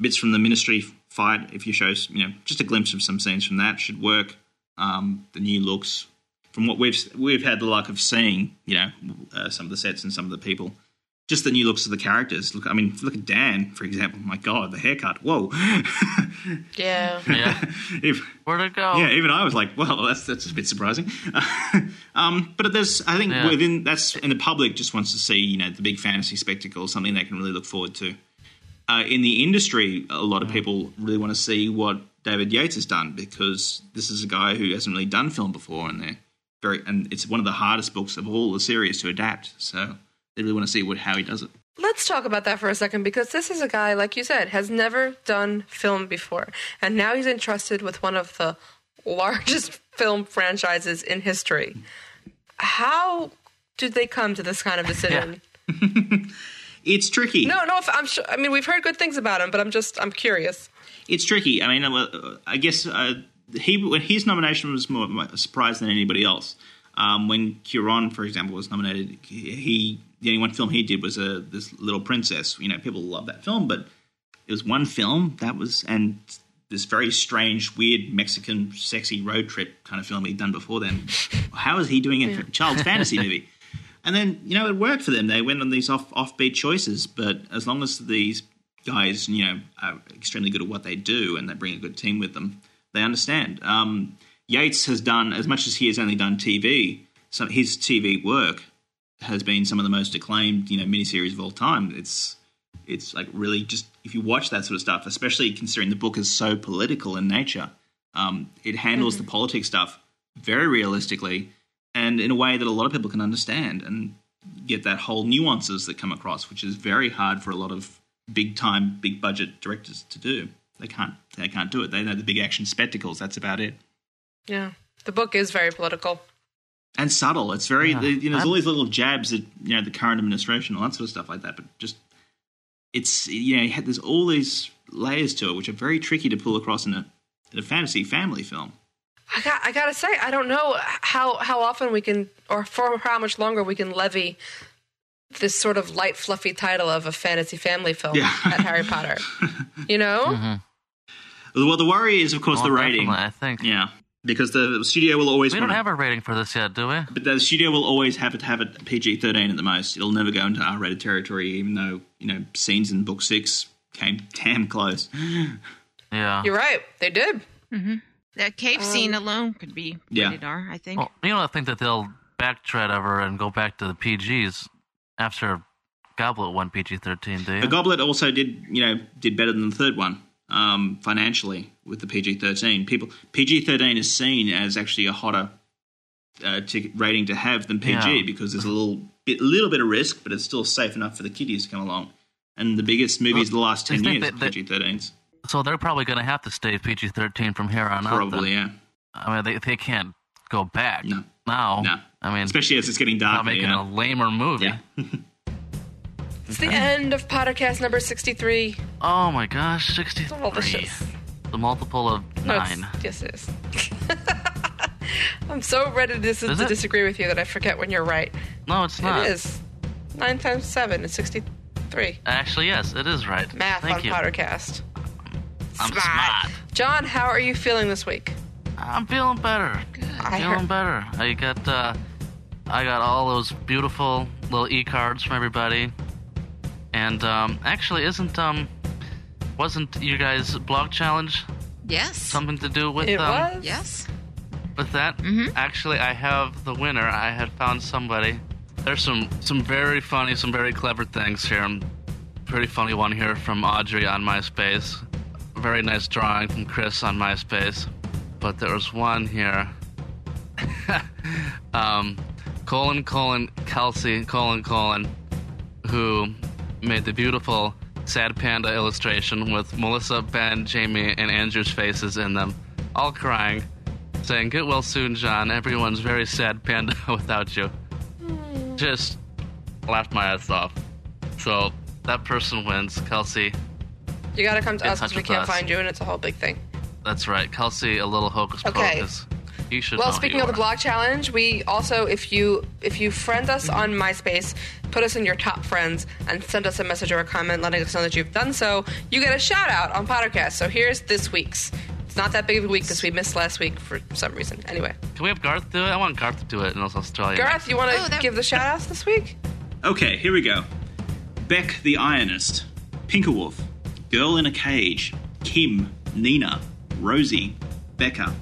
I: bits from the Ministry fight, if you show, you know, just a glimpse of some scenes from that should work. Um, the new looks, from what we've we've had the luck of seeing, you know, uh, some of the sets and some of the people. Just the new looks of the characters. Look, I mean, look at Dan, for example. My God, the haircut. Whoa.
F: Yeah.
H: yeah.
I: if,
H: Where to go?
I: yeah, even I was like, "Well, that's that's a bit surprising." um, but there's, I think,
H: Yeah.
I: within that's and the public just wants to see you know the big fantasy spectacle, something they can really look forward to. Uh, in the industry, a lot of people really want to see what David Yates has done because this is a guy who hasn't really done film before, and they're very and it's one of the hardest books of all the series to adapt. So they really want to see what how he does it.
F: Let's talk about that for a second because this is a guy, like you said, has never done film before. And now he's entrusted with one of the largest film franchises in history. How did they come to this kind of decision?
I: It's tricky.
F: No, no, if- I'm sure. I mean, we've heard good things about him, but I'm just, I'm curious.
I: it's tricky. I mean, uh, I guess uh, he when his nomination was more of a surprise than anybody else. Um, when Curon, for example, was nominated, he the only one film he did was uh, this Little Princess. You know, people love that film, but it was one film that was and this very strange, weird Mexican sexy road trip kind of film he'd done before then. How is he doing a child's fantasy movie? And then you know it worked for them. They went on these off offbeat choices, but as long as these guys you know are extremely good at what they do and they bring a good team with them, they understand. Um, Yates has done as much as he has only done TV. So his TV work has been some of the most acclaimed you know miniseries of all time. It's it's like really just if you watch that sort of stuff, especially considering the book is so political in nature, um, it handles
H: Mm-hmm.
I: the politics stuff very realistically and in a way that a lot of people can understand and get that whole nuances that come across, which is very hard for a lot of big time, big budget directors to do. They can't they can't do it. They know the big action spectacles. That's about it.
F: Yeah. The book is very political.
I: and subtle. It's very
H: Yeah.
I: the- you know there's all
H: I'm-
I: these little jabs at you know the current administration, all that sort of stuff like that. But just it's you know you had- there's all these layers to it, which are very tricky to pull across in a in a fantasy family film.
F: I got I gotta say, I don't know how how often we can or for how much longer we can levy this sort of light, fluffy title of a fantasy family film
I: Yeah.
F: at Harry Potter. You know?
H: Mm-hmm.
I: Well, the worry is of course
H: Well,
I: the rating.
H: Oh, definitely, I think.
I: Yeah, because the studio will always
H: We don't
I: wanna-
H: have a rating for this yet, do we?
I: But the studio will always have it have it PG thirteen at the most. It'll never go into R rated territory, even though you know scenes in book six came damn close.
H: Yeah.
F: You're right. They did.
J: That cave scene
F: Um,
J: alone could be
I: Yeah.
J: rated R, I think.
H: Well, you don't think that they'll backtread ever and go back to the PGs after Goblet won PG thirteen, do you?
I: The Goblet also did you know did better than the third one um, financially with the PG thirteen. People PG thirteen is seen as actually a hotter uh, ticket rating to have than PG
H: Yeah.
I: because there's a little bit little bit of risk, but it's still safe enough for the kiddies to come along. And the biggest movies of the last
H: I
I: ten
H: think
I: years
H: that- that-
I: PG thirteens
H: so they're probably going to have to stay PG thirteen from here on out.
I: probably
H: then.
I: yeah
H: I mean, they they can't go back
I: No.
H: now.
I: No.
H: I mean,
I: especially as it's getting
H: not
I: darker
H: making
I: you
H: a
I: know?
H: lamer movie.
I: yeah.
F: It's the end of podcast number sixty-three.
H: Oh my gosh, sixty
F: All the
H: three.
F: shit.
H: The multiple of
F: No, it's-
H: nine.
F: Yes, it is. I'm so ready to, dis-
H: Is
F: to
H: it?
F: disagree with you that I forget when you're right.
H: No, it's not.
F: It is nine times seven is sixty-three.
H: Actually, yes, it is right.
F: Math
H: Thank
F: on
H: you.
F: Pottercast.
H: I'm smart.
F: John, how are you feeling this week?
H: I'm feeling better.
F: I
H: feeling
F: heard-
H: better. I got uh, I got all those beautiful little e cards from everybody, and um, actually, isn't um, wasn't you guys blog challenge
J: Yes.
H: something to do with
F: It
H: um,
F: was.
J: yes.
H: with that? Actually, I have the winner. I had found somebody. There's some some very funny, some very clever things here. Pretty funny one here from Audrey on MySpace. Very nice drawing from Chris on MySpace. But there was one here. um, colon colon Kelsey colon colon, who made the beautiful sad panda illustration with Melissa, Ben, Jamie, and Andrew's faces in them, all crying saying, Get well soon, John. Everyone's very sad, Panda, without you. Just laughed my ass off. So that person wins. Kelsey,
F: You gotta come to
H: In
F: us
H: touch
F: because we
H: with
F: can't
H: us.
F: find you, and it's a whole big thing.
H: that's right. Kelsey, a little hocus
F: Okay.
H: pocus. You should know
F: Well,
H: who
F: speaking
H: you
F: of the
H: are.
F: blog challenge, we also if you if you friend us on MySpace, put us in your top friends, and send us a message or a comment letting us know that you've done so, you get a shout out on Pottercast. So here's this week's. It's not that big of a week because we missed last week for some reason. Anyway,
H: Can we have Garth do it? I want Garth to do it in Australia.
F: Gareth, you want to
J: Oh, that-
F: give the shout outs this week?
I: Okay, here we go. Beck the Ironist, Pinkerwolf, Girl in a Cage, Kim, Nina, Rosie, Becca,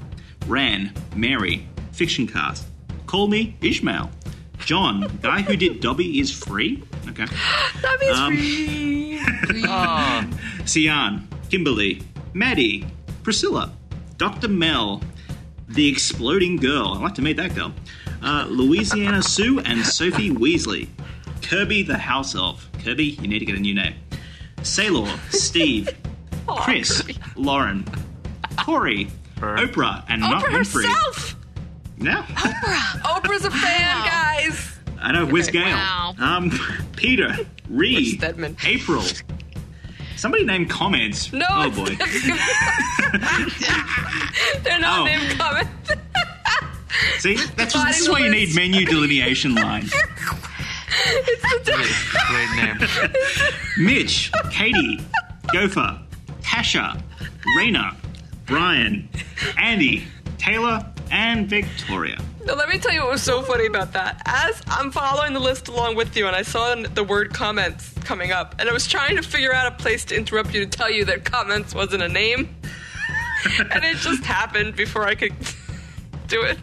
I: Ran, Mary, Fiction Cast, Call Me Ishmael, John, Guy Who Did Dobby is Free, okay,
F: That means
I: Um,
F: free.
H: Oh,
I: Sian, Kimberly, Maddie, Priscilla, Dr. Mel, The Exploding Girl, I'd like to meet that girl, uh, Louisiana Sue and Sophie Weasley, Kirby the House Elf, Kirby, you need to get a new name. Sailor, Steve,
F: Oh,
I: Chris, Lauren, Corey, Oprah, and not
F: Oprah
I: Winfrey.
F: Oh, herself.
I: No,
F: Oprah's a fan, guys.
I: I know. Where's Gail?
J: Wow.
I: Um, Peter, Reed,
F: Stedman.
I: April. Somebody named comments.
F: No,
I: oh
F: it's-
I: boy.
F: They're not
I: Oh.
F: named comment.
I: See, that's this is why you
F: Body
I: need menu delineation lines.
H: great name.
I: Mitch, Katie, Gopher, Tasha, Raina, Brian, Andy, Taylor, and Victoria.
F: Now, let me tell you what was so funny about that. As I'm following the list along with you, and I saw the word comments coming up, and I was trying to figure out a place to interrupt you to tell you that comments wasn't a name, and it just happened before I could do it.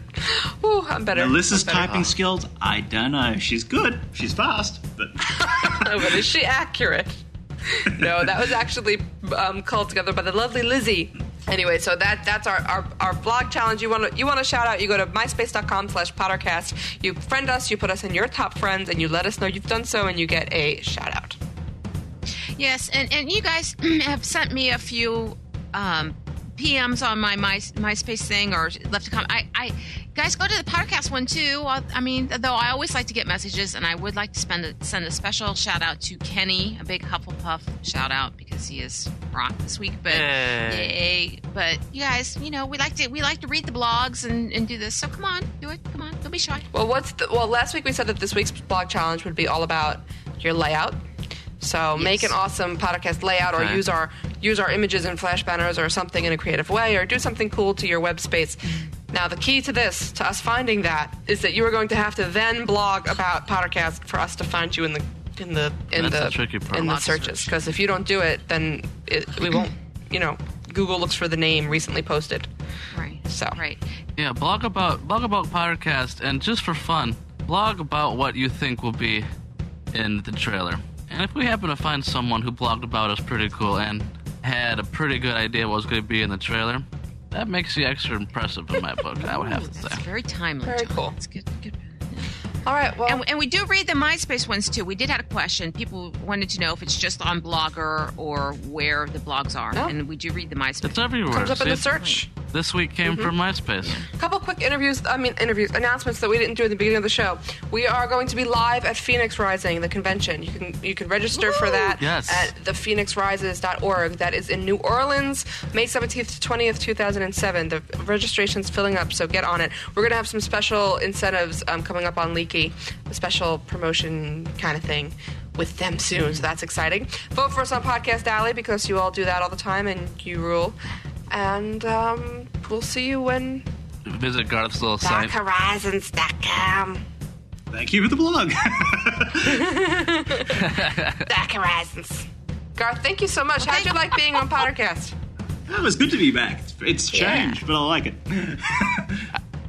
F: Ooh, I'm better.
I: Alyssa's
F: I'm better.
I: typing skills, I don't know. She's good, she's fast, but
F: Oh, but is she accurate? No, that was actually um, called together by the lovely Lizzie. Anyway, so that that's our, our, our blog challenge. You want to you want to shout out? You go to myspace.com slash pottercast. You friend us. You put us in your top friends, and you let us know you've done so, and you get a shout out.
J: Yes, and, and you guys have sent me a few um, PMs on my, my MySpace thing or left a comment. I, I guys go to the podcast one too. I, I mean, though I always like to get messages, and I would like to spend a, send a special shout out to Kenny, a big Hufflepuff shout out because he is rock this week. But
L: Hey.
J: yay. but you guys, you know, we like to we like to read the blogs and, and do this. So come on, do it. Come on, don't be shy.
F: Well, what's the, well? Last week we said that this week's blog challenge would be all about your layout. So make an awesome podcast layout, or
H: Okay.
F: use our use our images and flash banners, or something in a creative way, or do something cool to your web space. Now, the key to this, to us finding that, is that you are going to have to then blog about podcast for us to find you in the in the in
H: That's
F: the,
H: the tricky part.
F: in the
H: Lots
J: of
F: searches. Because if you don't do it, then it, we won't. You know, Google looks for the name recently posted.
J: Right.
F: So.
J: right.
H: Yeah, blog about blog about podcast, and just for fun, blog about what you think will be in the trailer. And if we happen to find someone who blogged about us pretty cool and had a pretty good idea what was going to be in the trailer, that makes you extra impressive in my book. I would have to
J: That's
H: say.
J: very timely.
F: Very
J: John.
F: cool.
J: That's good. Good.
F: All right. Well,
J: And, and we do read the MySpace ones too. We did have a question. People wanted to know if it's just on Blogger or where the blogs are.
F: No.
J: And we do read the MySpace.
H: It's everywhere.
F: comes up in
H: See,
F: the search. Mm-hmm.
H: This week came from MySpace.
F: couple quick interviews i mean interviews announcements that we didn't do at the beginning of the show we are going to be live at phoenix rising the convention you can you can register for that
H: Yes.
F: at thephoenixrises.org that is in new orleans may 17th to 20th 2007 the registration's filling up so get on it we're going to have some special incentives um, coming up on leaky a special promotion kind of thing with them soon so that's exciting vote for us on podcast alley because you all do that all the time and you rule and um, we'll see you when
H: Visit Garth's little site.
F: Darkhorizons.com.
I: Thank you for the blog.
F: Dark Horizons. Garth, thank you so much. How'd you like being on Pottercast?
I: it was good to be back. It's, it's changed, but I like it.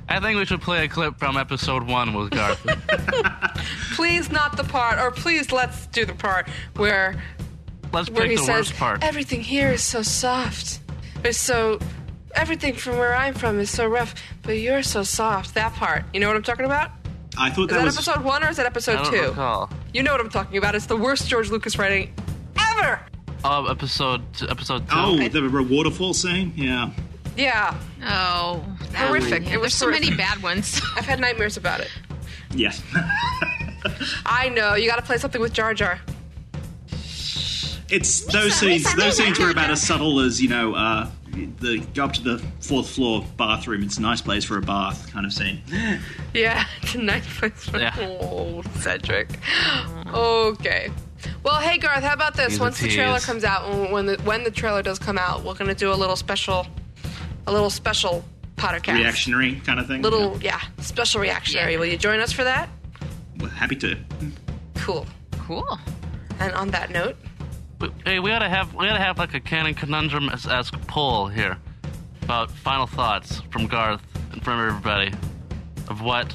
H: I think we should play a clip from episode one with Garth.
F: Please not the part, or please let's do the part where
H: Let's
F: where
H: pick
F: he
H: the
F: says
H: worst part.
F: everything here is so soft. It's so everything from where I'm from is so rough, but you're so soft. That part. You know what I'm talking about?
I: I thought
F: Is
I: that
F: that
I: was
F: episode one or is that
H: I
F: episode
H: don't
F: two?
H: recall.
F: You know what I'm talking about. It's the worst George Lucas writing ever.
H: Oh, episode t- episode two.
I: oh the re- waterfall scene. Yeah,
F: Yeah.
J: Oh, that
F: Horrific.
J: one, yeah.
F: It was
J: There's so many
F: horrific.
J: bad ones.
F: I've had nightmares about it.
I: yes.
F: I know. You gotta play something with Jar Jar.
I: It's those scenes. those scenes were about as subtle as you know. Uh, the go up to the fourth floor bathroom. It's a nice place for a bath kind of scene.
F: Yeah, tonight place for
H: Yeah.
F: oh, Cedric. Okay. Well, hey Garth, how about this?
H: He's a
F: Once the trailer
H: tease.
F: comes out, when- when the when the trailer does come out, we're gonna do a little special, a little special podcast.
I: Reactionary kind of thing.
F: Little yeah, special reactionary.
J: Yeah.
F: Will you join us for that?
I: Yeah. Happy to.
F: Cool.
J: cool.
F: And on that note,
H: We- Hey, we gotta have we gotta have like a canon conundrum esque poll here about final thoughts from Garth and from everybody of what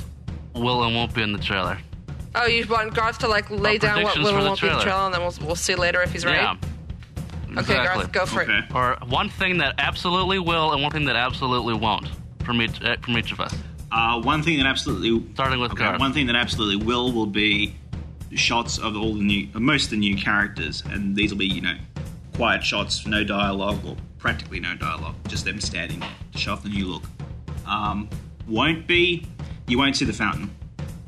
H: will and won't be in the trailer.
F: oh, you want Garth to like lay
H: Uh,
F: down what
H: predictions
F: will
H: for
F: and
H: the
F: won't be in the
H: trailer.
F: trailer, and then we'll we'll see later if he's right.
H: Yeah.
F: Okay,
H: exactly.
F: Garth, go for it.
I: Okay.
H: Or one thing that absolutely will and one thing that absolutely won't from each eh, from each of us.
I: Uh, one thing that absolutely
H: Starting with
I: okay,
H: Garth.
I: One thing that absolutely will will be shots of all the new, of most of the new characters, and these will be you know quiet shots, no dialogue or practically no dialogue, just them standing there to show off the new look. Um, won't be. You won't see the fountain.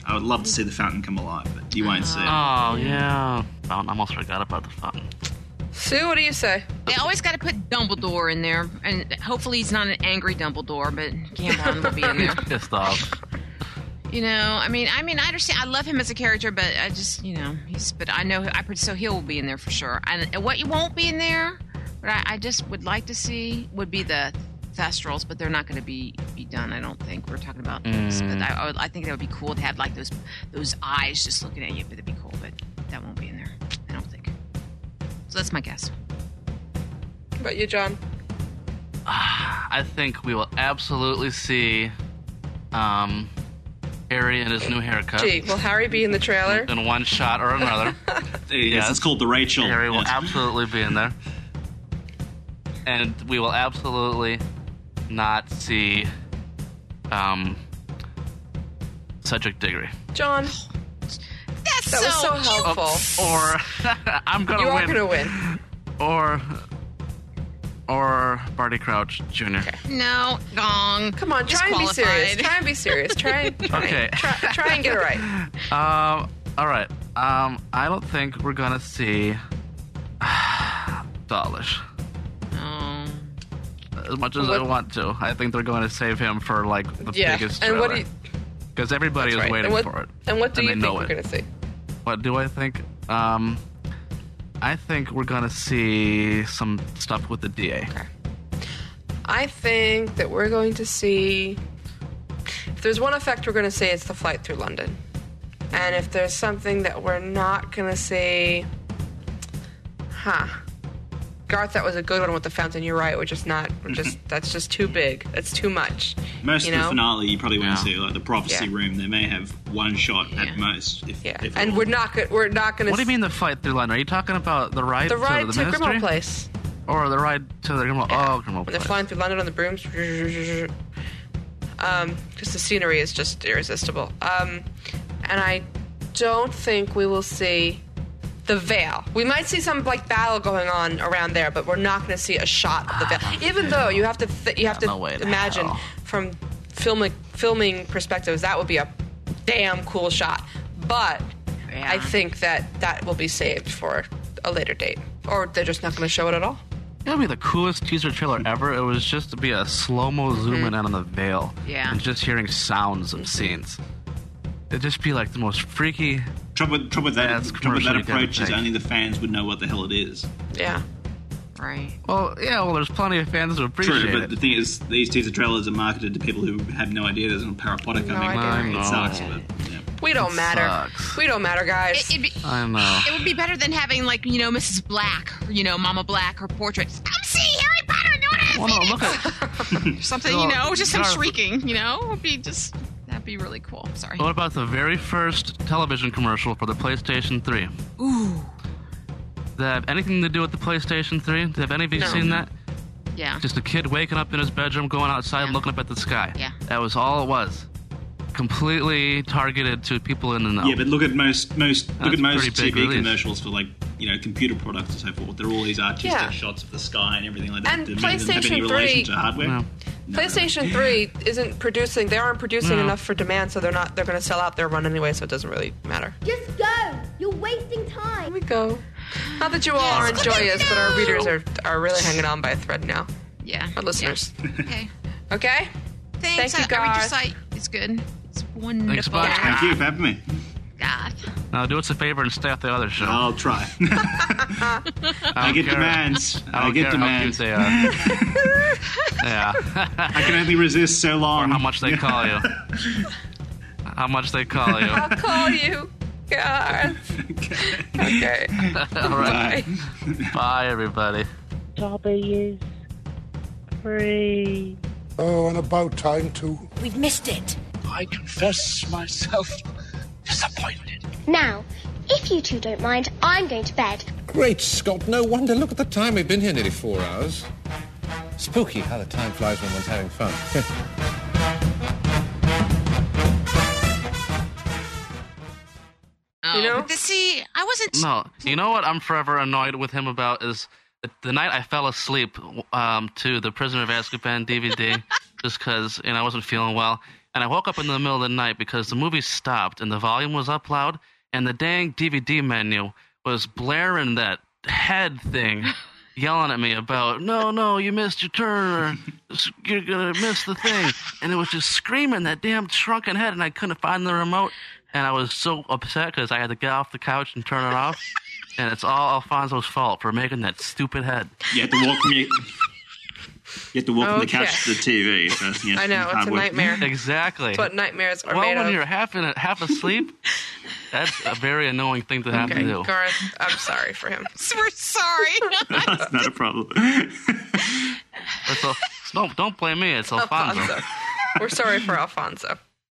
I: I would love to see the fountain come alive, but you won't see it.
H: Oh
F: Mm.
H: yeah, I almost forgot about the fountain.
F: Sue, what do you say?
J: They always got to put Dumbledore in there, and hopefully he's not an angry Dumbledore, but Gambon will be in there.
H: Pissed off.
J: You know, I mean, I mean, I understand. I love him as a character, but I just, you know, he's. But I know, I so he will be in there for sure. And and what you won't be in there, but I, I just would like to see would be the thestrals, but they're not going to be be done. I don't think we're talking about those. But I, I, would, I think that would be cool to have like those those eyes just looking at you. But that'd be cool. But that won't be in there. I don't think. So that's my guess.
F: What about you, John?
H: I think we will absolutely see um, Harry and his new haircut
F: Gee, will Harry be in the trailer?
H: in one shot or another.
I: Yes,
H: yes.
I: it's called the Rachel.
H: Harry will
I: Yes.
H: absolutely be in there, and we will absolutely not see um, Cedric Diggory.
F: John,
J: That's
F: that
J: so.
F: was so helpful.
H: Or I'm gonna
F: You are
H: win.
F: gonna win.
H: Or or Barty Crouch Jr.
J: No, gong.
F: Come on, try and be serious. Try and be serious. Try, try,
H: Okay.
F: try, try and get it right.
H: Um, all right. Um, I don't think we're gonna see Dawlish
J: Oh.
H: as much as I
F: What-
H: want to. I think they're going to save him for like the
F: Yeah.
H: biggest
F: And what do
H: trailer
F: you,
H: because everybody is
F: right.
H: waiting
F: and what,
H: for it.
F: And what do
H: and
F: you
H: they
F: think
H: know
F: we're
H: it.
F: going to see?
H: What do I think? Um, I think we're gonna see some stuff with the DA.
F: I think that we're going to see. If there's one effect we're going to see, it's the flight through London. And if there's something that we're not going to see. Huh. Garth, that was a good one with the fountain. You're right. We're just not. We're just. that's just too big. That's too much.
I: Most
F: you
I: of
F: know?
I: the finale, you probably won't
H: Yeah.
I: see like the prophecy
F: Yeah.
I: room. They may have one shot
J: Yeah.
I: at most. If,
F: Yeah.
I: if at
F: and
I: all.
F: we're not. go- We're not going to.
H: What do you mean the fight through line? Are you talking about the ride
F: The
H: to
F: ride
H: the
F: to
H: ministry,
F: Grimmauld Place.
H: or the ride to the Grimmauld? Oh,
F: When
H: Grimmauld
F: they're
H: Place.
F: flying through London on the brooms. Um, because the scenery is just irresistible. Um, and I don't think we will see the veil. We might see some like battle going on around there, but we're not going to see a shot of the veil. Even though you have to, th- you have
H: No way
F: to
H: in
F: imagine
H: hell.
F: from filmic filming perspectives that would be a damn cool shot. But I
J: Yeah.
F: think that that will be saved for a later date, or they're just not going to show it at all.
H: It would be the coolest teaser
F: Mm-hmm.
H: trailer ever. It was just to be a slow mo zoom in on the veil.
J: Yeah.
H: And just hearing sounds
F: Mm-hmm.
H: of scenes. It'd just be like the most freaky.
I: trouble with, trouble with that,
H: That's
I: trouble with that
H: commercially good,
I: approach is
H: thanks.
I: only the fans would know what the hell it is.
F: Yeah.
J: Right.
H: Well, yeah, well, there's plenty of fans who appreciate
I: True, but the
H: it.
I: thing is, these teaser trailers are marketed to people who have no idea there's a Parapoda coming.
F: idea.
H: I know.
I: It sucks, but yeah.
F: We don't matter.
H: sucks.
F: We don't matter, guys.
J: It, it'd be,
H: I know.
J: it would be better than having like you know Mrs. Black, or, you know Mama Black, her portrait. Come see Harry Potter and the Order of the
H: Well, no, look
J: Phoenix!"
H: at.
J: something.
H: no,
J: you know, just some
H: Garth-
J: shrieking. You know, would be just that'd be really cool. Sorry.
H: What about the very first television commercial for the PlayStation 3? Ooh. Does that have anything to do with the PlayStation 3? Have any of you
F: No.
H: seen that?
J: Yeah.
H: Just a kid waking up in his bedroom, going outside,
J: Yeah.
H: looking up at the sky.
J: Yeah.
H: That was all it was. Completely targeted to people in the know.
I: Yeah, but look at most most look at
H: Oh. That's
I: most
H: pretty big
I: TV
H: release.
I: commercials for like you know computer products and so forth. They're all these artistic
F: Yeah.
I: shots of the sky and everything like that.
F: And
I: Do none of them have any
F: PlayStation 3
I: relation to hardware?
H: No.
I: No,
F: PlayStation 3 isn't producing. They aren't producing
H: No.
F: enough for demand, so they're not. They're going to sell out their run anyway, so it doesn't really matter.
M: Just go! You're wasting time!
F: Here we go. Not that you all are
J: Yes, look at
F: joyous, but our
J: them.
F: readers are, are really hanging on by a thread now.
J: Yeah.
F: Our listeners.
J: Okay.
F: Okay?
J: Thanks.
F: Thank you,
J: I, I read your
F: Garth.
J: site. It's good. It's wonderful.
H: Bud.
I: Thank you for having me.
J: God.
H: Now do us a favor and stay off the other show.
I: I'll try. I
H: don't
I: get
H: care.
I: demands.
H: I
I: I,
H: don't
I: get
H: care how cute
I: demands.
H: they are. yeah.
I: I can only resist so long.
H: How much they call you. How much they call you.
F: I'll call you. God. Okay.
H: All right. Bye, everybody.
N: W three.
A: Oh, and about time, too.
N: We've missed it.
C: I confess myself disappointed.
M: Now, if you two don't mind, I'm going to bed.
A: Great Scott, no wonder. Look at the time. We've been here nearly four hours. Spooky how the time flies when one's having fun.
J: Oh,
F: know?
J: but the- see, I wasn't.
H: No, you know what I'm forever annoyed with him about is the- the night I fell asleep um, to the Prisoner of Azkaban DVD just because you know, I wasn't feeling well. And I woke up in the middle of the night because the movie stopped and the volume was up loud and the dang DVD menu was blaring that head thing. Yelling at me about no, no, you missed your turn, or "S- you're gonna miss the thing, and it was just screaming that damn shrunken head, and I couldn't find the remote, and I was so upset because I had to get off the couch and turn it off, and it's all Alfonso's fault for making that stupid head.
I: You have to walk from your, you have to walk from the
F: Okay.
I: couch to the TV. So, yeah,
F: I know. It's
I: hard
F: a
I: work.
F: nightmare. That's
H: Exactly.
F: what nightmares are
H: well,
F: made
H: when
F: of.
H: you're half in a, half asleep, that's a very annoying thing to have
F: okay,
H: to do.
F: Garth, I'm sorry for him.
J: We're sorry.
I: That's not a problem.
H: It's a- don't don't blame me. It's Alfonso.
F: Alfonso. We're sorry for Alfonso.